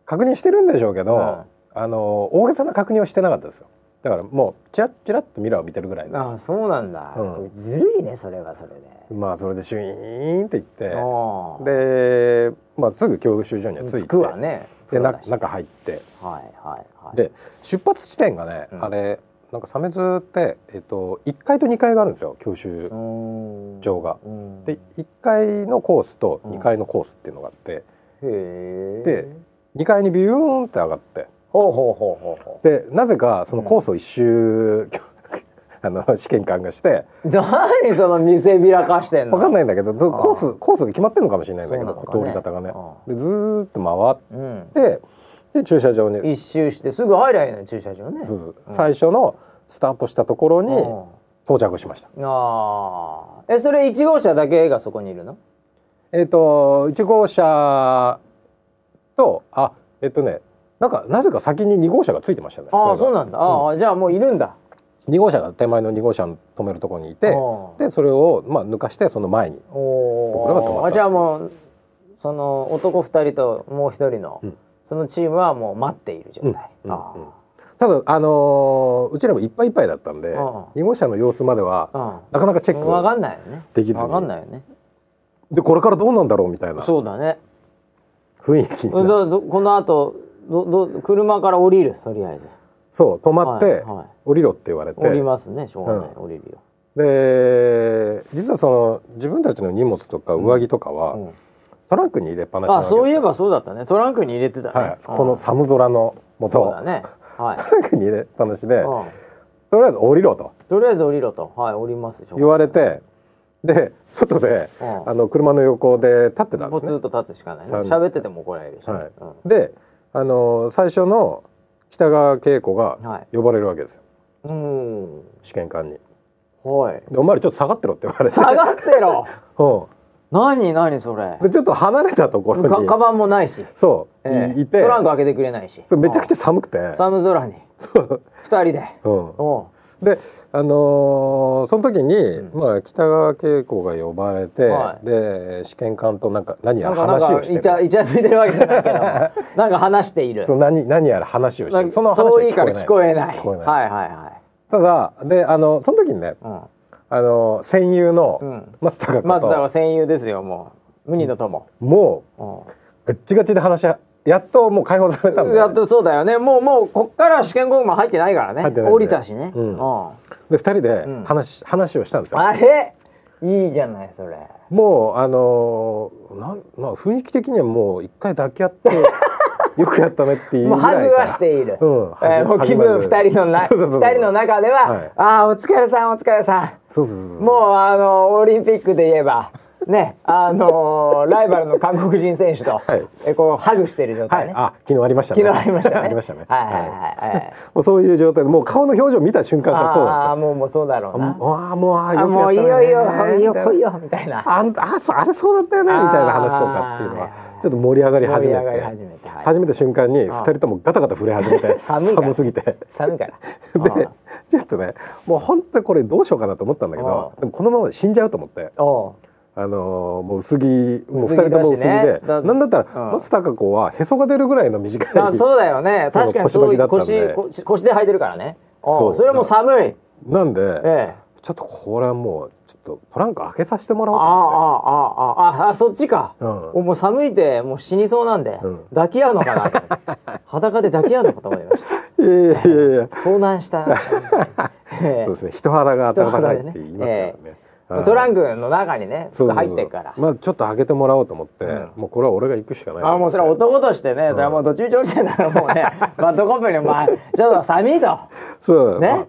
確認してるんでしょうけど、うんあの大げさな確認はしてなかったですよだからもうチラッチラッとミラーを見てるぐらいのああそうなんだ、うんずるいねそれはそれで、まあそれでシュイーンって行っておーで、まあ、すぐ教習所には着いてつくわねでなそうだし中入ってはいはいはいで出発地点がね、うんあれなんか鮫洲って、えっと1階と2階があるんですよ教習うーん場が。うんで1階のコースとうん2階のコースっていうのがあって、へえで2階にビューンって上がってほうほうほうほうほでなぜかそのコースを一周、 あの試験官がしてう何その見せびらかしてんの分かんい、ないんだけどそのコースコースが決まってるのかもしれないんだけそど、うなのかね通り方がねあ。でずーっと回うん、ってで駐車場に一周してすぐ入りゃいいのよ駐車場ねそうそう最初のスタートしたところにう到着しました。んああえそれ1号車だけがそこにいるのえっ、と1号車とあえっ、とねなんかなぜか先に2号車がついてましたね。ああそそれうがなんだああ、じゃあもういるんだ2号車が手前の2号車の止めるところにいてああでそれをまあ抜かしてその前にお僕らが泊まったおあじゃあもうその男2人ともう1人の、そのチームはもう待っている状態、うんああうんただあのーうちらもいっぱいいっぱいだったんで、うん二号車の様子までは、うなかなかチェん。わッかんないよね。できずにわかんないよね。クでこれからどうなんだろうみたいなそうだね。雰囲気になどるどこの後どど車から降りるとりあえず。そう止まって、はいはい降りろって言われて降りますね。しょうがない。うん降りるよ。で実はその自分たちの荷物とか上着とかは、うんトランクに入れっぱなしなわあ、けですよそういえばそうだったね。トランクに入れてたね。はい、うんこの寒空のもとそうだね。はトランクに入れっぱなしで、い。うんとりあえず降りろととりあえず降りろと。はい。降ります。しょう言がわれてで外で、うんあの車の横で立ってたんでポすツねン。と立つしかないね。三喋ってても怒られるし。はいうんで、あの最初の北川景子はがい呼ばれるわけですよ、うん。試験官に。はい。でお前らちょっと下がってろって言われて、 下がってろ。う何何それん、。でちょっと離れたところかにカバンもないし。そう、ええいいてトランク開けてくれないし。そうめちゃくゃ。ちゃ寒くて、寒空にそう二人で。うん、おうであのーその時に、まあ、北川景子が呼ばれて、はいで試験官となんか何やなんからなん話かをしてイチャるイチャついてるわけじゃない けど、なんか話している。そう何何やら話をしてなんるかその話は遠いから聞こえない。聞こえないはいはいはただであのその時にね、い。あの戦友のん松高うん。松田子は戦友ですよもう無二の友。ともううガッチガチで話し合やっともう解放されたんん。でやっとそうだよね。もうもうこっから試験ゴムも入ってないからね。入ってないんで降りたしね。うんうんで二人で話,、話をしたんですよあれいいじゃないそれ。もうあのーなんまあ雰囲気的にはもう一回抱き合って よくやったねっていうもうぐらハいからグはしている。うんえーもう気分始ま二る人のなそうそうそうそう二人の中では、はいああお疲れさんお疲れさん。そうそうそうそうもうあのオリンピックで言えばねあのライバルの韓国人選手と、はいえこうハグしてる状は態いね、あ昨日ありましたね昨日ありましたねありましたねはいはいはいはいはいもうそういう状態でもう顔の表情見た瞬間からそうあだあっもうもうそうだろうたなああもうあああもういいよくやよっいいよたねいいよ来みたないよみたいなあんたあそうあれそうだったよねみたいな話とかっていうあーはいはのいははいちょっと盛り上がり始め盛り上がてり始めてはい始めた瞬間に2人ともガタガタ震え始めて寒いからすぎてで寒いから ちょっとねもう本当これどうしようかなと思ったんだけどうんでもこのまま死んじゃうと思って。おおあのーもう薄着もう薄2着だしね人とも薄着でだなんだったらうん松たか子はへそが出るぐらいの短いま あそうだよねそう確かにそう腰腰履きだったんで腰腰で履いてるからねおそうそれはもう寒いなんでええちょっとこれはもうちょっとトランク開けさせてもらあおうあと思っあああああそっちか、うんもう寒いてもう死にそうなんで、うん抱き合うのかなと思 って裸で抱き合うのかと思いましたていやいやいやいや遭難した。 ええそうですね人肌が温かいって言いますから人ね肌ではいトランクの中にね、ちそょうっそとうそう入ってっから。まあちょっと開けてもらおうと思って、んもうこれは俺が行くしかないあもうそれは男としてね、それはもうどっちみち落ちてんだからも うね、バッドコップに、まあ、ちょっと寒いと。そうねまあ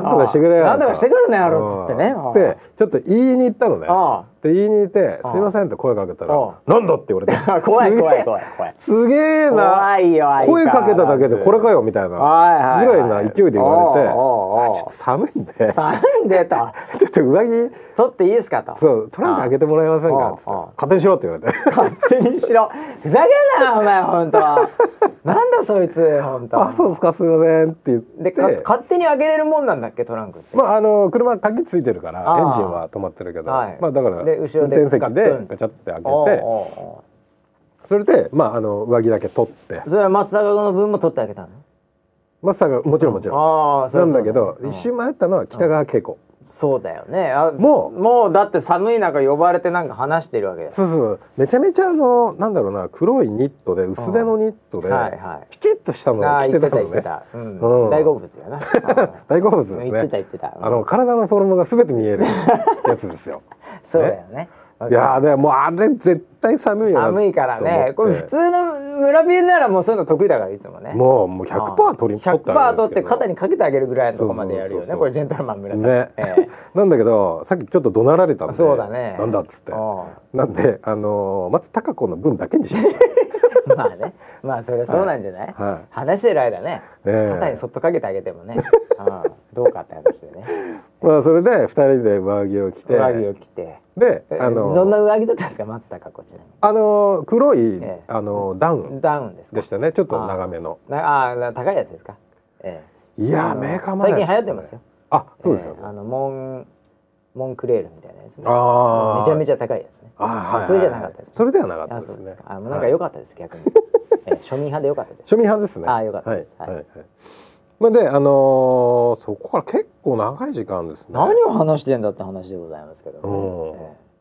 なんとかしてくれよああなんとかしてくれねやろうんっつってねおいでちょっと言いに行ったのねああで言いに行って「すいません」って声かけたらあ「なんだ?」って言われて 怖いすげえ怖い怖い怖い。すげえな怖いよ相変わ声らずかけただけでこれかよみたいなぐはいはいはいらいな勢いで言われてあちおうおうおうょっと寒いんで寒いでと、 ちょっと上着取っていいですかと。そうトランク開けてもらえませんああかつってああ勝手にしろって言われて勝手にしろ。ふざけんなお前本当。 なんだそいつ本当。あそうですかすいませんって言っでてか勝手に開けれるもんなんだっけトランクって。まああの車鍵ついてるからああエンジンは止まってるけどはいまあだからで運後ろで転席ガでッとガチャって開けおうておうおそれでまああの上着だけ取ってうそれは松坂の分も取ってあげたの。マスターがもちろんもちろんああ、そりなゃそんうよだけど一瞬迷ったのは北川景子そうだよね。あもうもうだって寒い中呼ばれてなんか話してるわけです。そうそうめちゃめちゃあのなんだろうな黒いニットで薄手のニットではいはいピチッとしたのをああ着言てってたた言っのてねた。うんうん大好物 だよな。あ大好物ですね言ってた言ってたうんあの体のフォルムが全て見えるやつで すよあそうだよね。いやーでもうあれ絶対寒いよなと思っ寒ていからね。これ普通の村ビならもうそういうの得意だからいつもね。もうもう100%取り取って100%あげるん取っですけてど肩にかけてあげるぐらいのとこまでやるそうよそうそうね。そうこれジェントルマン村田。ね、え え なんだけどさっきちょっと怒鳴られたんでそうだねなんだっつってうなんであのー松たか子の分だけにしま した、まあね、まあそれはそうなんじゃない、はい話してる間ね、ええ肩にそっとかけてあげて もね、うんどうかって話でね。まあ、それで二人で上着を着て上着を着て、でえあのーどんな上着だったんですか松たか子ちなあのー黒い、ええあのーダウみンに。ダウンですかで。したねちょっと長めのなあー高いやつですか。えいえやあーのメーカーまで最近流行ってますよ。あそうですよ、ええあのモンモンクレールみたいなやつね、あーめちゃめちゃ高いやつね。あーはいはいそれじゃなかったですねそれではなかったあでそうすですねか。 あもうなんか良かったです、逆に、ええ庶民派で良かったです。庶民派ですねあーよかったですはいはいはいはいまあ、であのーそこから結構長い時間ですね。何を話してんだって話でございますけども、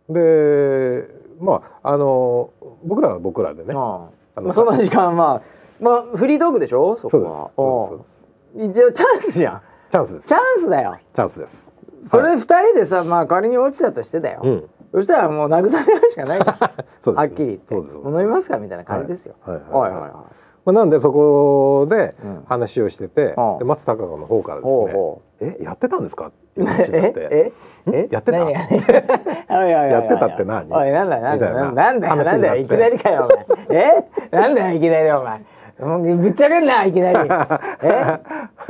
うんえでまああのー僕らは僕らでえね。まああのまあその時間まあまあフリートークでしょそこそうですはそうです。うん一応チャンスじゃんチャンスです。チャンスだよチャンスです。そはいれ二人でさ、まあ仮に落ちたとしてだよ、うん。そしたらもう慰め合うしかないからそうです。はっきり言ってそうです。そうです飲みますかみたいな感じですよ、はいははいい、はいはいはいまあ、なんでそこでうん話をしてて、うんで松たか子の方からですねほうほ「えやってたんですか?」っていう話になって えええやってた何が おいおいおいおい やってたって何おいなんだなんみただいななんだよ話なんにだなよっていきなりかよお前え なんだよいきなりお前もうぶっちゃけんないきな りえ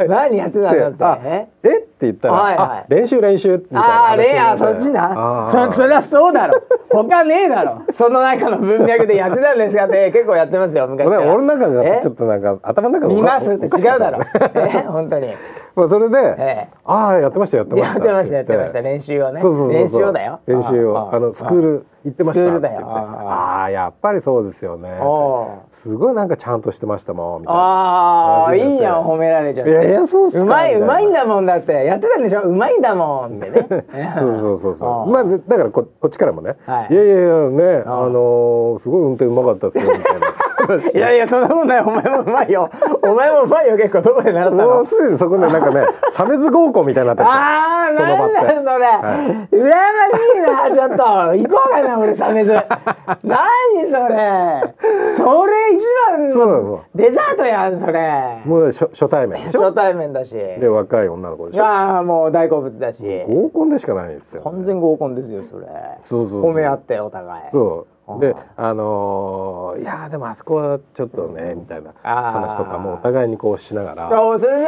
何やってたんでだあってええっ?」て言ったら「はいはいあ練習練習」みたいなああ話にレなアってそっちあなあそそりゃそうだろ他ねえだろその中の文脈でやってたんですかって結構やってますよ昔俺からの中えがちょっとなんか頭の中が見ますっておかしか違うただよろねえ本当にまあそれでええ「ああやってましたやってまやし」ったてましたやってました言練習をねそうそうそうそう練習をだよ練習をあのスクール行ってましたスっクールだて言よって「ああああやっぱりそうですよね」おうすごいなんかちゃんとしてましたもん」みたいな。ああ話いになっていやん褒められちゃっていやいやそうっすかうまいみたいなうまいんだもんだってやってたんでしょうまいんだもんって ねそうそうそうそうんう。まあでだからここっちからもね、はいい、やいやいやね、あのーすごい運転うまかったですよみた いな。いやいやそんなことないお前もうまい よお前もうまいよ結構どこで習ったものうすでにそこでなんかね、差別合コンみたいになってた。 ああそのな場んってだそれ、羨ましいなちょっと行こうかな俺サ メズ何それそれ一番そうなののデザートやんそれもう初初対面でしょ。初対面だしで若い女の子でしょ。ああもう大好物だし合コンでしかないんですよ、完全合コンですよそれそうそうそう褒め合ってお互いそう。で、あのーいやーでもあそこはちょっとね、みたいなあー話とかもお互いにこうしながら。あそれね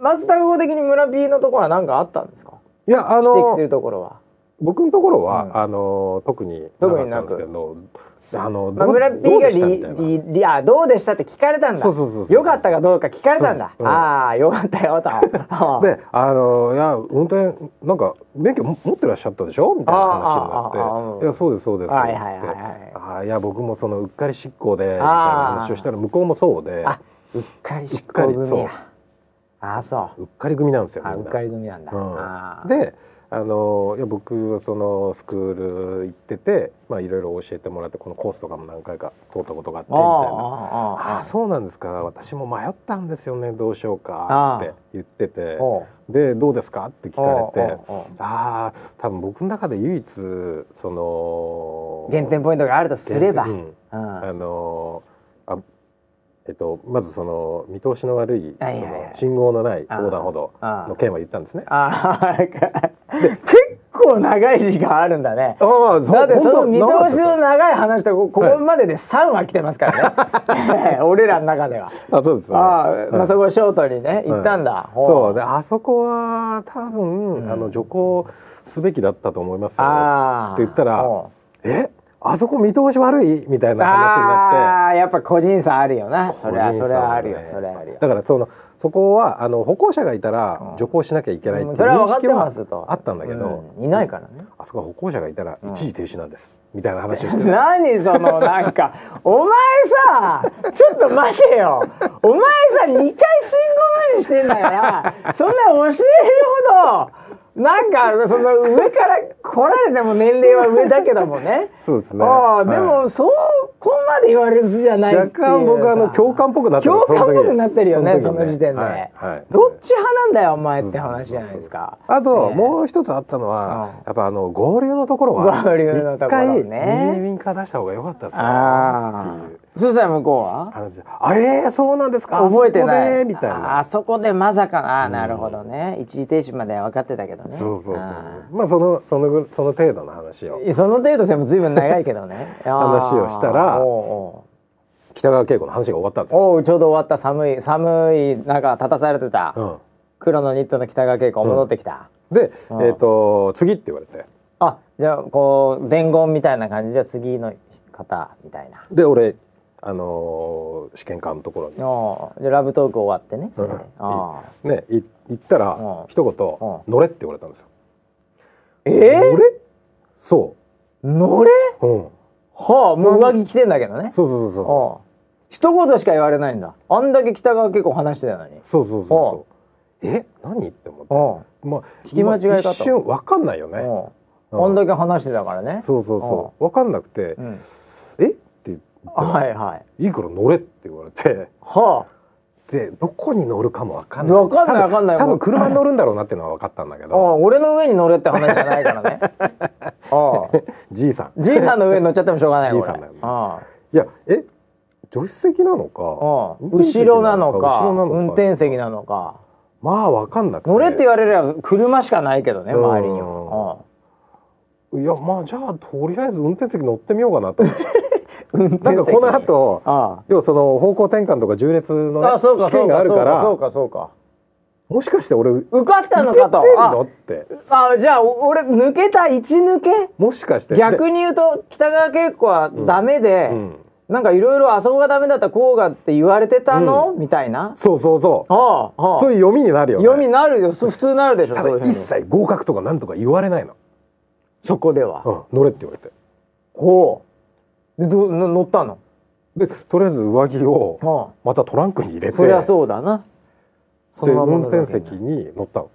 松田語的に村 B のところは何かあったんですかいやあ指摘のするところは、僕のところは、あのー特になかったんですけど、あのまあ、どう村 B どうがでしたリみたいな。リリあどうでしたって聞かれたんだそうそうそうそうよかったかどうか聞かれたんだそうそううんああよかった よとで「あのいや運転なんか免許も持ってらっしゃったでしょ?」みたいな話ああにあなあって「いやそうですそうです」はっいはいつはいっはいて「ああいや僕もそのうっかり執行で」みたいな話をしたら向こうもそうであうっかり執行うっかり組そうやああそううっかり組なんですよあうみっんなか。り組なんだ、うんあーであのいや僕はそのスクール行っててまあいろいろ教えてもらってこのコースとかも何回か通ったことがあってみあたあいな。ああああそうなんですか私も迷ったんですよねどうしようああかって言ってておうでどうですかって聞かれておうおうおうああ多分僕の中で唯一その減点ポイントがあるとすれば、う減ん点うんあのあえっとまずその見通しの悪いそはいはいはいの信号のないあー横断歩道の件は言ったんですね。ああ結構長い時間あるんだねああだってその見通しのの長い話とこここまでで3話来てますから ね俺らの中では。あそうです、ね、ああ、まあ、そここをショートにね行ったんだ、ほそうであそこは多分、あの徐行すべきだったと思いますああよ、ね、って言ったらほ「えあそこ見通し悪い?」みたいな話になって。ああやっぱ個人差あるよなそ個れは人そ差れはあるよねそれはあるよだからそのそこはあの歩行者がいたら徐行しなきゃいけないっていうそれは認分かっ識てますとはあったんだけど、うんいないからねあそこは歩行者がいたら一時停止なんです、みたいな話をしてる何そのなんかお前さちょっと待てよお前さ2回信号無視してんだからそんな教えるほどなんかその上から来られても年齢は上だけどもねそうですねああではもそうここまで言われる筋じゃないっていう若干僕はあのさ共感っぽくなって共感っぽくなってるよねそそのの時時点で、はいはいどっち派なんだよお前って話じゃないですかあとうもう一つあったのは、やっぱあの合流のところは合流のところね一回右ウィンカー出した方が良かったですよあっていうあそしたら向こうは話であえー、そうなんですか覚えてないあそこでみたいなああそこでまさかなあなるほどね、一時停止までは分かってたけどねそうそうそうあそうまあそのそのぐその程度の話をーその程度でも随分長いけど ね話をしたらあーお北川景子の話が終わったんですうおうよ、おうちょうど終わった寒い寒い中立たされてた、黒のニットの北川景子戻ってきた、うん、で、えっ、と次って言われてあじゃあこう伝言みたいな感じじゃあ次の方みたいなで俺あのー試験官のところにおうじゃあラブトーク終わってねそれで、ああねい行ったらうん一言う「乗れ」って言われたんですよ。え乗れそー、乗れう、うん、はあもう上着着てんだけどねそうそうそうそうおう一言しか言われないんだあんだけ北川結構話してたのにそうそうそうそうえ何って思っておうまあ聞き間違えまあかと一瞬分かんないよねおううんこんだけ話してたからねそうそうそう分かんなくてう、ん、えって言ったらはいはいいいから乗れって言われて はでどこに乗るかも分かんないわかんないわかんない多も分う車に乗るんだろうなっていうのは分かったんだけああど俺の上に乗れって話じゃないから ねああじいさんじいさんの上に乗っちゃってもしょうがないじいこされんだよねあいやえ助手席なのあかああ運転席後ろなのか後ろなのか運転席なのかまあ分かんなくて乗れって言われれば車しかないけどね周りにはああいやまあじゃあとりあえず運転席乗ってみようか なと思って運転なんかこの後あ要はその方向転換とか重列の、あねあ、そうか試験があるからそうかそうかもしかして俺受そうか受かったのけてかんとのってああじゃあお俺抜けた一抜けもしかして逆に言うと北川景子はダメで、でうん、なんかいろいろあそこがダメだったこうがって言われてたの、みたいなそうそうそうはあ、はあ、そういう読みになるよね読みなるよす普通なるでしょたそういうふうにだ一切合格とかなんとか言われないの、そこではうん、乗れって言われてほうでどの乗ったのでとりあえず上着をはまたトランクに入れあてそりゃそうだなそでのまま運乗る転わけね席に乗ったの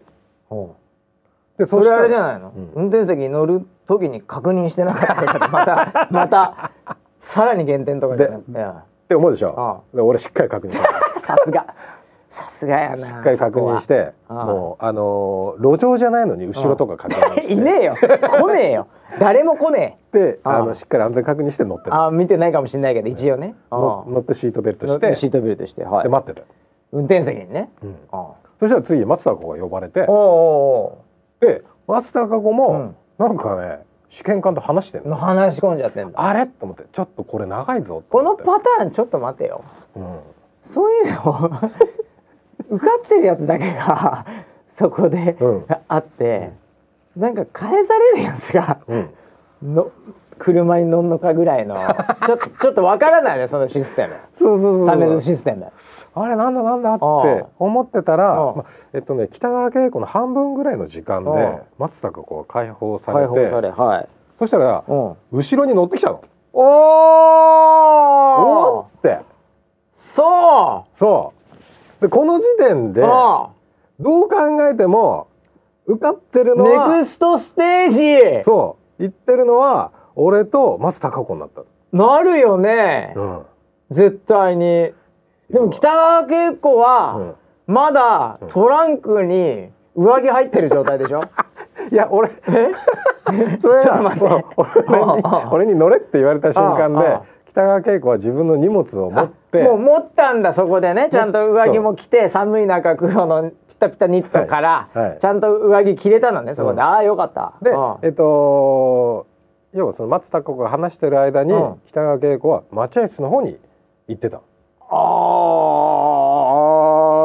ほうでそしれたらあれじゃないの、うん運転席に乗る時に確認してなかったからまたまたさらに減点とかじゃなくてって思うでしょあで俺しっかり確認したさすがさすがやなししっかり確認してもうあのー路上じゃないのに後ろとか確認し ていねえよ来ねえよ誰も来ねえでああのあしっかり安全確認して乗ってたあ見てないかもしれないけど一応ねのあ乗ってシートベルト乗しっててシートベルトして、はいで、待ってたよ運転席にね、うんあおそしたら次松たか子が呼ばれてうおで松たか子もんなんかね試験官と話してんうおうのの話し込んじゃってんだあれと思ってちょっとこれ長いぞとこ思のってパターンちょっと待てようんそういう の受かってるやつだけがそこで、うんあって、なんか返されるやつがうんの車に乗んのかぐらいのちょっとちょっとわからないねそのシステムそうそうサメそうズそうシステムあれなんだなんだってああ思ってたらああまえっとね北川景子の半分ぐらいの時間でああ松たか子が解放さ解れ放てされはい、そしたらうん、お後ろに乗ってきたの。おおおってそそうでこの時点う、でどう考えても受かってるうのはん、ネクストステージそう言ってるのは俺と松たか子になったの、なるよね、うん、絶対にでも北川景子は、まだトランクに上着入ってる状態でしょいや俺 それは俺に俺に乗れって言われた瞬間ああああで北川景子は自分の荷物を持ってもう持ったんだそこでねちゃんと上着も着て寒い中黒のピタピタニットから、はいはいちゃんと上着着れたのねそこで、うんああよかったでうんえっと要はその松たか子が話してる間にうん北川景子は待合室の方に行ってたあ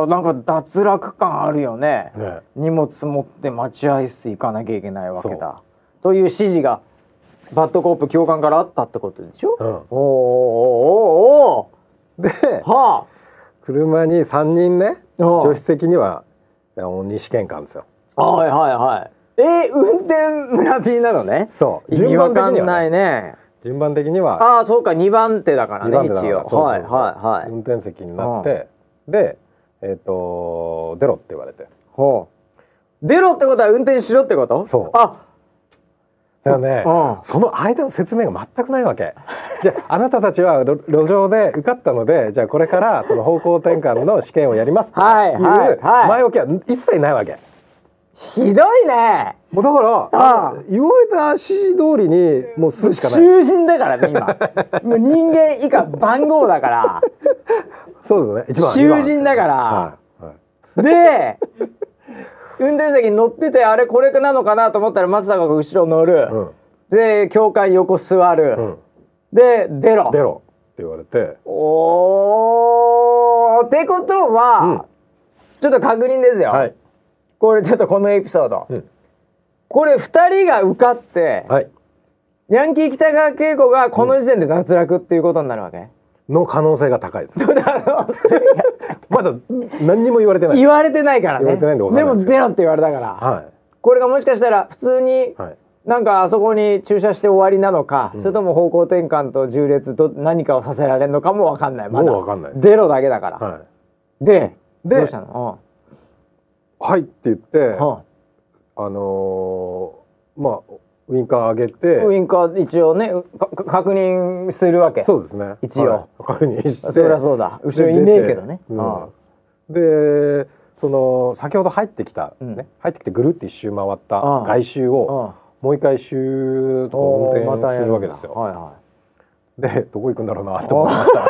ーなんか脱落感あるよねね荷物持って待合室行かなきゃいけないわけだという指示がバッドコップ教官からあったってことでしょ、うんおーおーおーでおーは車に3人ねああ助手席には大試験官ですよあはいはいはいえー、運転村 P なのねそう順順番番的的ににははねいね順番的にはああそうか2番手だから2ね番手だから一応そうそうそうはいはいはい運転席になって、でえっ、と出ろって言われてほう出ろってことは運転しろってことそうあだからねうんその間の説明が全くないわけじゃああなたたちは路路上で受かったのでじゃあこれからその方向転換の試験をやりますっていうはいはいはい前置きは一切ないわけひどいねもうだからああ言われた指示通りにもうするしかな囚い人だからね今 もう人間以下番号だからそうですね一番囚人二番だからはいはいで運転席に乗っててあれこれなのかなと思ったら松坂が後ろ乗る、うんで教官横座る、うん、で出ろ出ろって言われておーってことは、ちょっと確認ですよ、はいこれちょっとこのエピソード、うんこれ2人が受かって、はいヤンキー北川景子がこの時点で脱落っていうことになるわけ、の可能性が高いです。 まだ何にも言われてない。言われてないからね言われてないんでわかんないもですけど出ろって言われたから、はこれがもしかしたら普通に、い。はい。なんかあそこに駐車して終わりなのか、それとも方向転換と重列と何かをさせられるのかもわかんないまだもうわかんないですゼロだけだから、はででどうしたのはい」って言って、はあのーまあウインカー上げてい、ウインカー一応ねかか確認するわけそうですね一応はい確認してそりゃそうだ後ろいねえけどね、うで出てんはうんでその先ほど入ってきた、ねうん入ってきてぐるって一周回ったうん外周をもう一回シューッとこう運また転やするるんだわけですよ。はいはでどこ行くんだろうなと思いました。 い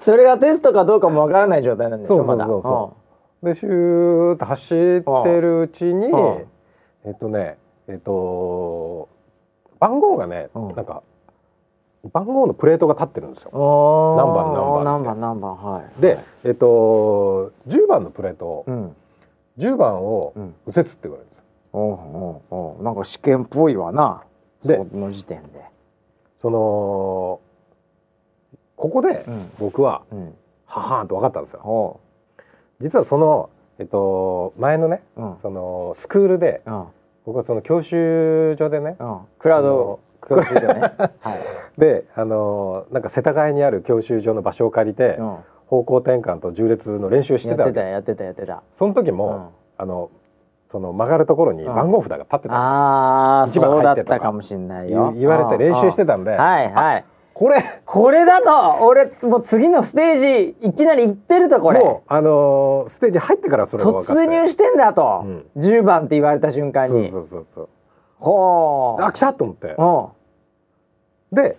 それがテストかどうかもわからない状態なんですそようそうまだそうそう。でシューッと走ってるうちにうんうんえっとねえっと番号がね、うんなんか番号のプレートが立ってるんですよ。おー何番何番って何番何番はいで、えっと10番のプレートを、うん10番をうん右折って言われるんですよ。おうおうおうなんか試験っぽいわなでその時点でそのここでうん僕はうんははーんと分かったんですよ。お実はそのえっと前のね、ううんそのスクールでうん僕はその教習所でね、うんクラウドクラウド だねはいであのなんか世田谷にある教習所の場所を借りて、うん方向転換と縦列の練習をしてたやってわけたですよ。やってたやってたその時うも、んあのその曲がるところに番号札が立ってたんああ一番そう入だってっるとかたかもしんないですよよ。言言われて練習してたたんで、はいはいこれこれだと俺もう次のステージいきなり行ってるとこれもうあのステージ入ってからそれが分かって突入してんだと、うん10番って言われた瞬間そうにそうそうそうほうあ来たと思ってうんで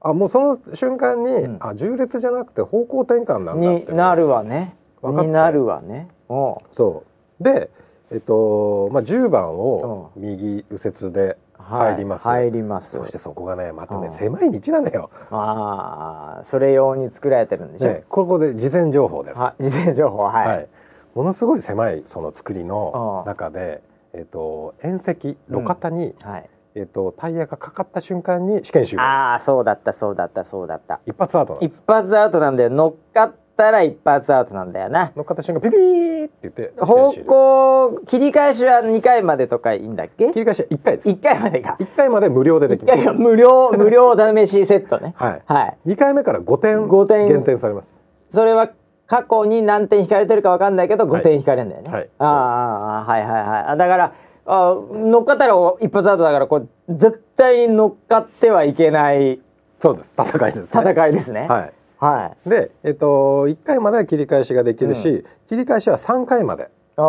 あもうその瞬間に、うんあ縦列じゃなくて方向転換なんだっにてなるわね分かったになるわねおそうでえっと、まあ、10番をう右右折ではい入ります、入りますそしてそこがねまたね、うん狭い道なのよ、ああそれ用に作られてるんでしょ、ね、ここで事前情報です、は事前情報はい、はいものすごい狭いその作りのうん中で、えっと、縁石うん路肩に、はいえっと、タイヤがかかった瞬間に試験終了あであそうだったそうだったそうだったす一発アウトなんです一発アウトなんだよ乗っかったら一発アウトなんだよな乗っかった瞬間ピピーって言って試験終了方です向切り返しは2回までとかいいんだっけ切り返しは1回です1回までか1回まで無料ででき一ま回すが無料無料だめしセットねはいはい2回目から5点5点減点されますそれは過去に何点引かれてるかわかんないけど5点引かれるんだよね、はいはいああああはいはいはいあだからあ乗っかったら一発アウトだからこれ絶対に乗っかってはいけないそうです戦いです、ね、戦いですねはいはいで、えっと、1回までは切り返しができるし、う切り返しは3回までおうおう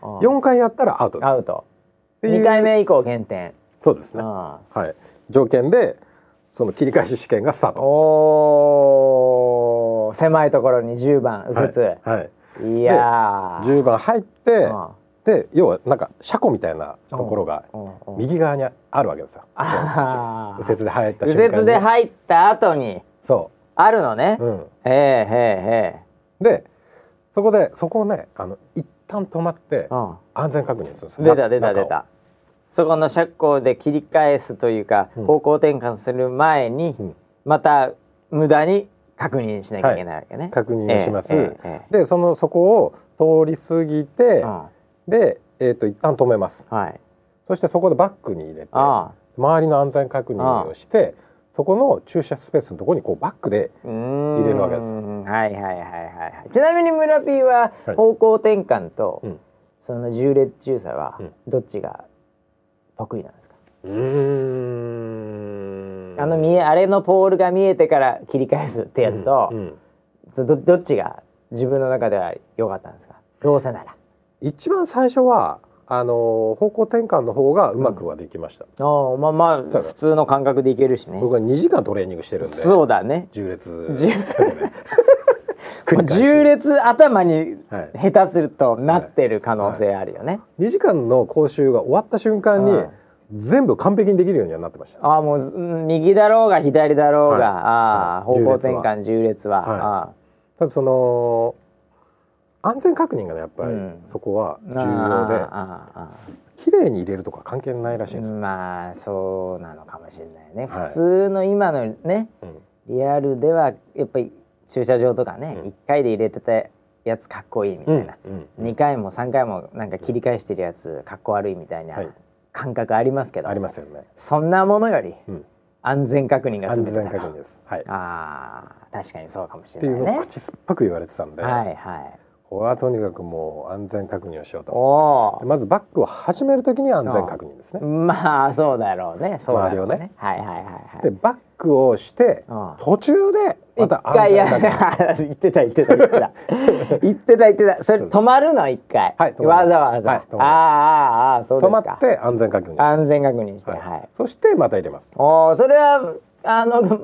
おう4回やったらアウトですアウトっていう2回目以降減点そうですね、あはい、条件でその切り返し試験がスターあトおー狭いところに10番右折、はい、はい、い、やー10番入って、うんで要はなんか車庫みたいなところがうんうん右側にあるわけですよあ右ー折で入った瞬右間に折で入った後にそあるのね、う、うん、へえへえへえでそこでそこをねあの一旦止まってうん安全確認するんですよ出た出た中出をたそこの車庫で切り返すというか、うん方向転換する前に、うんまた無駄に確認しなきゃいけないわけね、確認をします、ええええでそのそこを通り過ぎて、うんで、えー、と一旦止めますはいそしてそこでバックに入れて周あありの安全確認をしてそこの駐車スペースのところにこうバックで入入れるわけですはいはいはいはいはいちなみに村 P ははい方向転換と、うんその重列駐車はうんどっちが得意なんですか、うーんあの見えあれのポールが見えてから切り返すってやつと、うんうんそどどっちが自分の中では良かったんですかどうせなら一番最初はあの方向転換の方がうまくはできました、ああまあまあだ普通の感覚でいけるしね僕は2時間トレーニングしてるんでそうだね縦列じゅ繰り返し重列頭にはい下手するとなってる可能性あるよね、 2時間の講習が終わった瞬間に、うん全部完璧にできるようにはなってましたああもううん右だろうが左だろうが、はいああはい方向転換重列は、はいああただその安全確認がねやっぱりうんそこは重要で、あああああ綺麗に入れるとか関係ないらしいんですあよ、まあそうなのかもしれないね、はい普通の今のねうんリアルではやっぱり駐車場とかね、うん一1回で入れてたやつかっこいいみたいな、うんうん2回も3回もなんか切り返してるやつかっこ悪いみたいなはい感覚ありますけど、ありますよね、そんなものよりうん、安全確認が全安て全だ確と認です、はい、っあー確かにそうかもしてれいなういのをね口酸っぱく言われてたんで、はいは俺はとにかくもう安全確認をしようとおまずバックを始めるときに安全確認ですお。ねまあそうだろうね。そうだろう周りをね。はいはいはいはい。でバックをしてうん途中でまた一回安全や確 認言ってた言ってた言ってた言ってた言ってたそれそうです止まるの一回はい止まりまわすざわざ、はいあ止まりあますああああそうで止すかまって安全確認をします安全確認してはい、そしてまた入れますおおそれはあの ま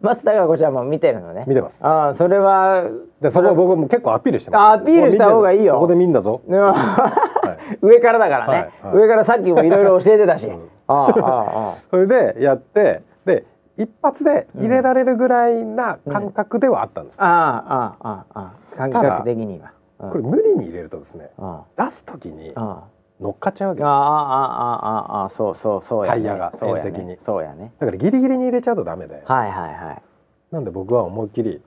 松たか子ちゃんも見てるのね見てますああそれはでそれを僕も結構アピールしてあまアすピールした方がいいよここで見んだぞでも 上からだからね、はいはい上からさっきもいろいろ教えてたし、 あああああそれでやってで一発で入れられるぐらいな感覚ではあったんです、ああああああ感覚的にはうんこれ無理に入れるとですねうん出す時にうん乗っかっちゃうわけあでああすあああああそうそうそうや、ね、タイヤがそうや縁石ねにそうやねだからギリギリに入れちゃうとダメではいはいはなんで僕は思いっきり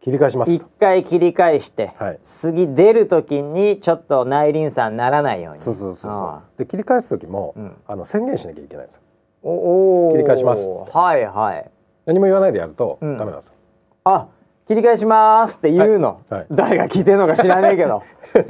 切り返しまいす一と回切り返して、はい次出る時にちょっと内輪差にならないようにそうそうそうそあうで切り返す時も、うんあの宣言しなきゃいけないんですよあおおー切り返しますはいはい何も言わないでやると、うんダメなんですよあ切り返しますって言うの、はいはい誰が聞いてるのか知らないけど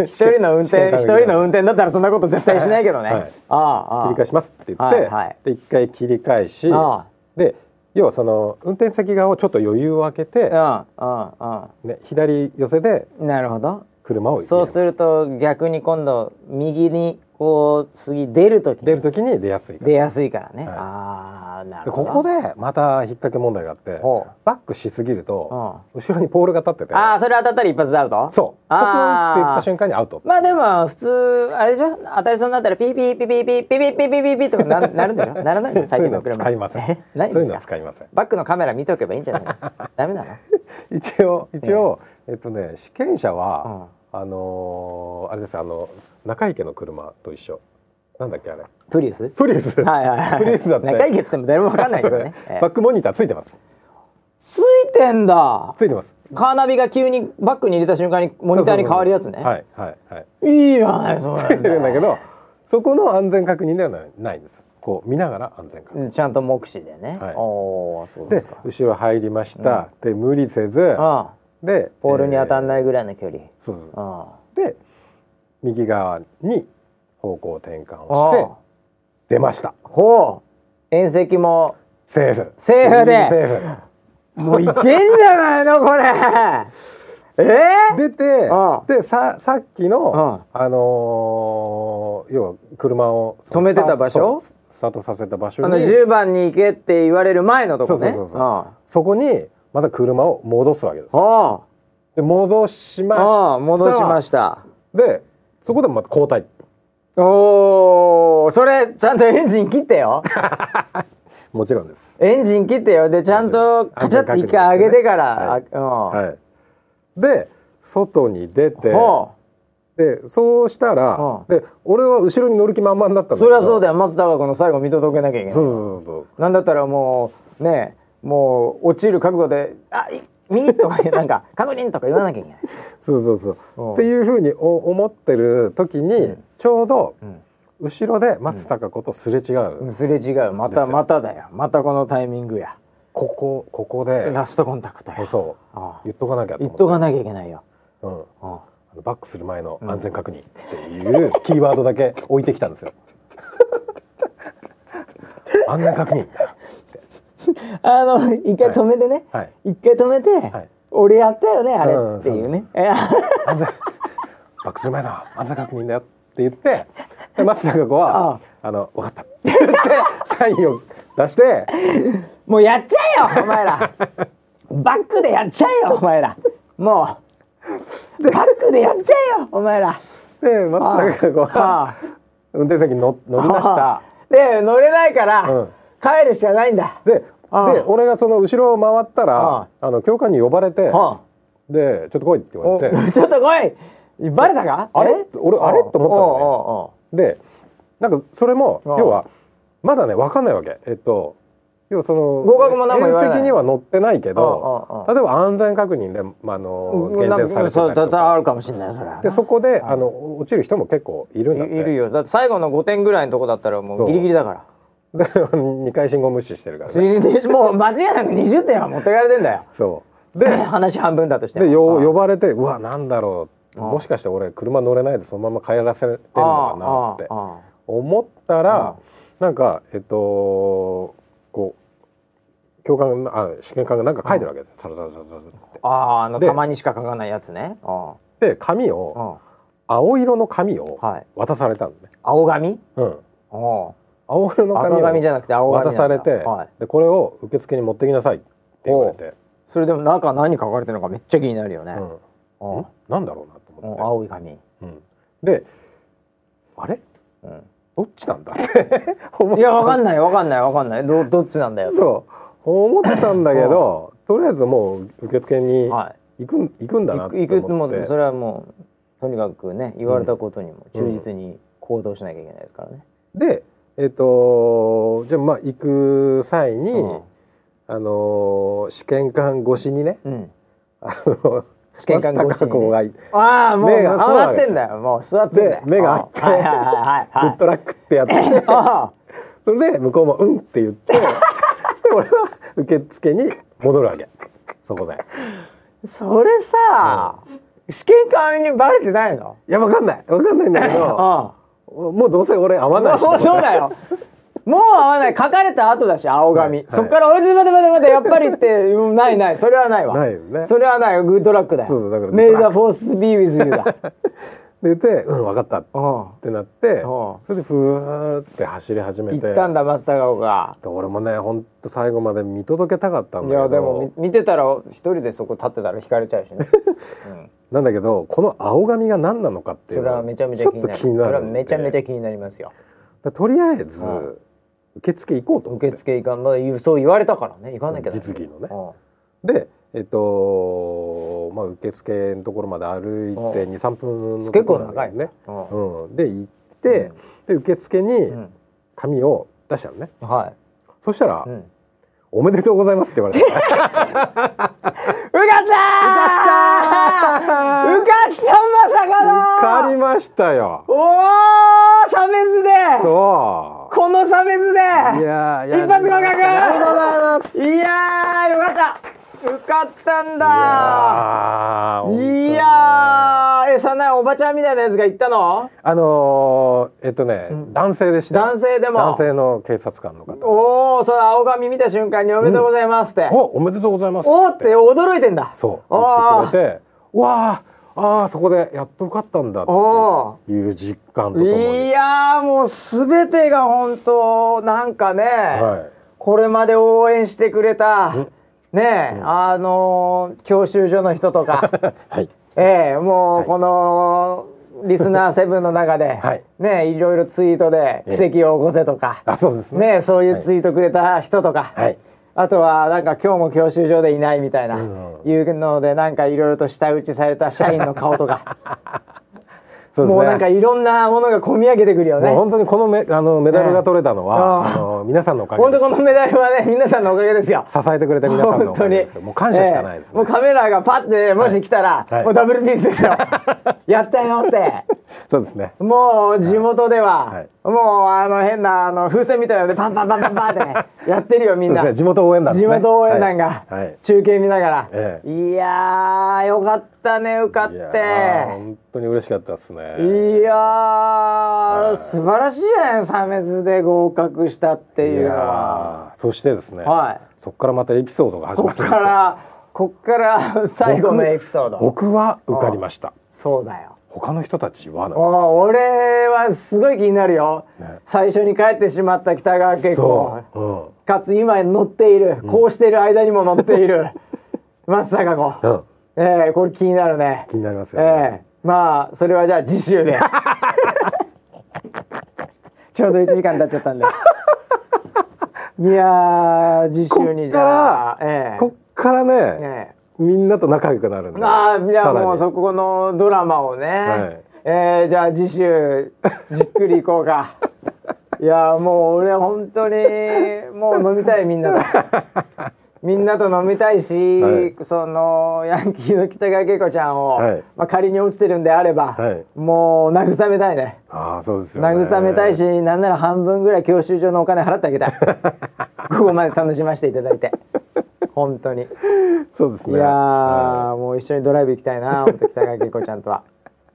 一人の運転一知らない人の運転だったらそんなこと絶対しないけどね、はいああああ切り返しますって言って、はいはいで一回切り返しあで要はその運転席側をちょっと余裕を空けて、あうんうんね、左寄せでうんなるほど車を入れそうますると逆に今度右にこう次出る時出にる時に出やすいから出やすいからね、はいああなでるこほどこでまた引っ掛け問題があってほうバックしすぎると後ろにポールが立っててああそれ当たったら一発でアウトそうパツンあーっていった瞬間にアウトまあでも普通あれでしょ当たりそうになったらピーピーピーピーピーピーピーピーピーピーとかななるんでしょならないのそ最ういう近のの車は使いませんえないんそうですいうのはか使いませんバックのカメラ見とけばいいんじゃないの ダメなの一応一応、えっとね試験車は、あのーあれですあの中池の車と一緒なんだっけあれプリウスプリウスですはいはいはいプリウスだって中井家っつっても誰も分かんないけどね、 そえれえバックモニターついてますついてんだついてますカーナビが急にバックに入れた瞬間にモニターに変わるやつねはいはいはいいいじゃないそれつ いてるんだけどそこの安全確認ではないないんですこう見ながら安全確認、うんちゃんと目視でね、はいおおそうでですか後ろ入りました、で無理せずああでポールに当たんい、ないぐらいの距離、えーそうそうそうあで右側に方向転換ああをして出ましたあほう遠石もセーフセーフでセーもういけんじゃないの これえー、フ出てああでささっきのあのー要は車をその止めてた場所スタートそうスタートさせた場所あのに10番に行けって言われる前のとこねそうそうそうそうあそこにまた車を戻すわけですああで戻しまあしたああ戻しましたでそこでまた交代おおそれちゃんとエンジン切ってよもちろんですエンジン切ってよでちゃんとカチャって一回上げてから、はいあうんはいで外に出てほうでそうしたらうんで俺は後ろに乗る気満々だったんだけそどりゃそうだよ松田はこの最後見届けなきゃいけないそうそうそうなんだったらもうねもう落ちる覚悟で「あい右」とかなんか「確認」とか言わなきゃいけない。そうそうそううんそうっていうふうにお思ってる時にちょうどん後ろで松たか子とすれ違うすれ違うまでたすよまただよまたこのタイミングやここここでラストコンタクトやそああう言っとかなきゃと言っと思かっなきゃいけないよ。てうんうんあのバックする前の安全確認っていうキーワードだけ置いてきたんです よ安全確認あの一回止めてね、はい一回止めて、はい俺やったよねあれうんっていうね、いや 安全 バックする前の安全確認だよって言ってで松坂子はああの分かったって言ってサインを出してもうやっちゃえよお前らバックでやっちゃえよお前らもうバックでやっちゃえよお前 らで松坂子あはあ運転席に乗乗りました で乗れないから、うん帰るしかないんだででああ俺がその後ろを回ったあらあの教官に呼ばれてあで「ちょっと来い」って言わおれて ちょっと来いバレたかあれ俺あれと思ったのねのでなんかそれもああ要はまだね分かんないわけえっと要はその合格も何も言わない縁石には乗ってないけどああああ例えば安全確認で、まあ、あの減点されてたそうりとだだかあるかもしれないそれはでそこであの落ちる人も結構いるんだっていいるよだって最後の5点ぐらいのとこだったらもそううギリギリだからで2回信号無視してるからね もう間違いなく20点は持ってかれてんだよそうで 話半分だとしてもでよあ呼ばれてうわなんだろうあもしかして俺車乗れないでそのまま帰らせてるのかなってああああ思ったら、なんかえっとこう教官があ試験官がなんか書いてるわけですよ、サラサラサラサラって。あーあのでたまにしか書かないやつね。うんで紙をうん青色の紙をはい。渡されたんで、青髪？うん、おう青色の赤紙髪をじゃなくて青髪渡なんだ。されて、はい。でこれを受付に持ってきなさいって言われて、それでも中何書かれてるのかめっちゃ気になるよね。うんうんんなんだろうなとうん思っ青い髪。て、うん、であれうんどっちなんだって思 っいやわかんないわかんないわかんない。どどっちなんだよ。そう思ったんだけどとりあえずもう受付に行はく,、行くんい。だな行っくて行くって思もってうそれはもうとにかくね言われたことにも忠実に行動しなきゃいけないですからね。でえっ、とじゃあまあ行く際に、うんあのー試験官越しにねうん。あの 試験官越しにね松たか子がいああもう目が合う座わっけでてすんよだよ。もう座ってんだよで。目が合ってうんはいはいはいグはッドラックってやって い。あそれで向こうも「うん」って言って で俺は受付に戻るわけそこであそれさ試験官にバレてないの？いやわかんないわかんないんだけど ああ。もうどうせ俺合わまなあいし そうそうだよ。もう合わない書かれた後だし青髪、はいそっから「おい待て待て待てやっぱり」ってうんないないそれはないわないよねそれはないグッドラックだよそうそうだからメイグッドダラッーフォースビーウィズユー だで言って「うん分かった」っうんてなっておそれでふわーって走り始めて行ったんだ松坂子がで俺もねほんと最後まで見届けたかったいんだけどやでもみ見てたら一人でそこ立ってたら引かれちゃうしね、うん、なんだけどこの青髪が何なのかっていそうれのはがめちゃめちちゃょ気っにとなる気になるそれはめちゃめちゃゃ気になりますよとりあえずうん受付行こうと思って受付行かんまあそう言われたからね行かなきゃだ実技のねうんでえっとまあ受付のところまで歩いおて23分の結と構ころなん長だいよね、うんうん、で行って、で受付うにん紙を出したのね、はそしたら、い、うんおめでとうございます」って言われ て受かったー受かったまさか受かのりましたよおおサメズでそうこのサメズでいやー一発合格ありがとうございますいやーよかった受かったんだあいやーーえそんなおばちゃんみたいなやつが言ったのあのー、えっとね、男性でしたよ男性でも男性の警察官の方おおその青髪見た瞬間におめでとうございますって、おおめでとうございますおーって驚いてんだそうお言ーってくれてわああーそこでやっと受かったんだっおーていう実感とともにいやーもう全てが本当なんかね、はいこれまで応援してくれた、ねえ、あのー教習所の人とかはい ええもはういこのリスナーセブンの中で、はいねえいろいろツイートで「ええ奇跡を起こせ」とか、あそうですねねえそういうツイートくれた人とか、はいあとはなんか今日も教習所でいないみたいな、んいうのでなんかいろいろと舌打ちされた社員の顔と かそうですもねうなんかいろんなものがこみ上げてくるよねもう。本当にこのメあのメダルが取れたのは、ねあの皆さんのおか本げ当でこのメダルはね皆さんのおかげですよ。す支えてくれた皆さんの本お当かげにですよもう感謝しかないですね、ええもうカメラがパッてもし来たら、いはいもうダブルピース ですよやったよってそうですねもう地元では、はいもうあの変なあの風船みたいなのでパンパンパンパンパンって ね、やってるよみそんうでな、すね地元応援団です地ね元応援団がはいはい中継見ながら、ええいやーよかったね受かっいていややー本当に嬉しかったですねー素晴らしいじゃないサメズで合格したっていいうのは。やーそしてですね、はいそこからまたエピソードが始こまっるんでかすよらこっから最後のエピソード僕は受かりましたそうだよ他の人たちはなんですよお俺はすごい気になるよ、ね最初に帰ってしまった北川景子そう、うんかつ今乗っているこうしている間にも乗ってい る松坂子、うんえーこれ気になるね気になりますよえね、えまあそれはじゃあ次週 でちょうど1時間経っちゃったんで いやー次週にじゃあこっからええこっからね、ええみんなと仲良くなるんでああじゃあもうそさらにこのドラマをね、はいえーじゃあ次週じっくりいこう かいやーもう俺本当にもう飲みたいみんなと みんなと飲みたいし、はいそのヤンキーの北川景子ちゃんを、はいまあ、仮に落ちてるんであれば、はいもう慰めたいねああそうですよね慰めたいしなんなら半分ぐらい教習所のお金払ってあげた いここまで楽しませていただいて本当に。そうですねいやー、は もう一緒にドライブ行きたいな、本当北川景子ちゃんとは。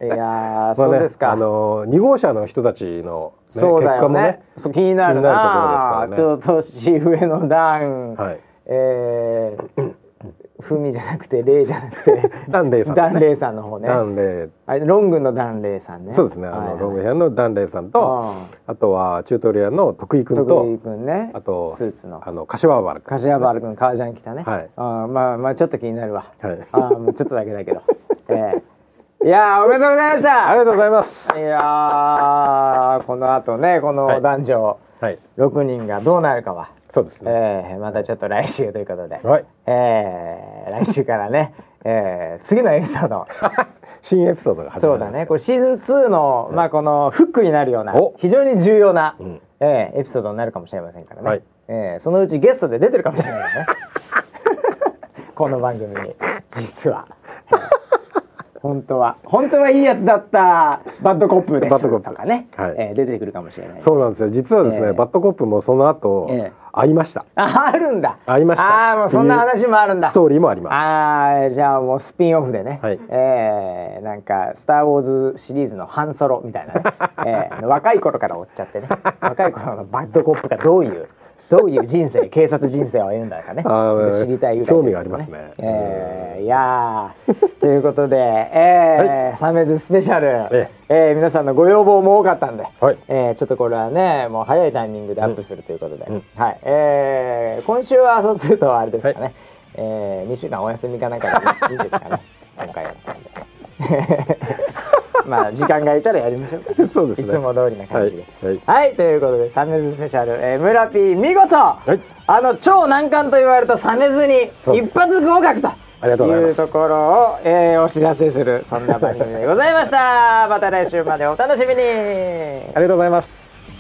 いやー、まあそうですか。あの二号車の人たちの、ねそうだ結果よもねね。そう気になるな。気になるとちこょっと年上の段、はいえー、ふみじゃなくてレイじゃなくてダンレイさんですダねンレイさんの方ね。ダンレイあれロングのダンレイさんね。そうですねあの、ロングヘアのダンレイさんとうんあとはチュートリアンの徳井君徳井と君ね。あとスーツのあの柏原君ですね柏原君革ジャン着たね。はいあーまあまあちょっと気になるわ。はいあーもうちょっとだけだけど。えー、いやーおめでとうございましあた。りがとうございますいやーこの後ねこの男女はい六人がどうなるかは。そうですねええまたちょっと来週ということで、はいええ来週からね、 ええ次のエピソード 新エピソードが始そまうりまだすねこれシーズン2の、まあ、このフックになるようなお非常に重要な、んええエピソードになるかもしれませんからね、はいええそのうちゲストで出てるかもしれないよ ねこの番組に実は。ええ本当は本当はいいやつだったバッドコップですバッドコップとかね、はいええ出てくるかもしれないそうなんですよ実はですね、ええバッドコップもその後、ええ会いましたああるんだ。ありましたああもうそんな話もあるんだ。ストーリーもありますああじゃあもうスピンオフでね。はいえーなんかスターウォーズシリーズの半ソロみた いなね。えー若い頃から追っちゃってね。若い頃のバッドコップがどういう。どういう人生、警察人生を歩んだのかね、あー知りたいぐらいですけどね、興味がありますねえーいやーということで、えーサメズスペシャル、ええー皆さんのご要望も多かったんで、はいえーちょっとこれはねもう早いタイミングでアップするということで、はいえー今週はそうするとあれですかね、はえ2週間お休みかなんか でいいですかね今回やったんでまあ時間が空いたらやりましょうか、そうですねいつも通りな感じではいはいはい、ということで、サメズスペシャル、えー、村 P 見事、いあの超難関と言われたサメズにそうです一発合格と。ありがとうございますいうところを、えーお知らせするそんな番組でございました。また来週までお楽しみに。ありがとうございます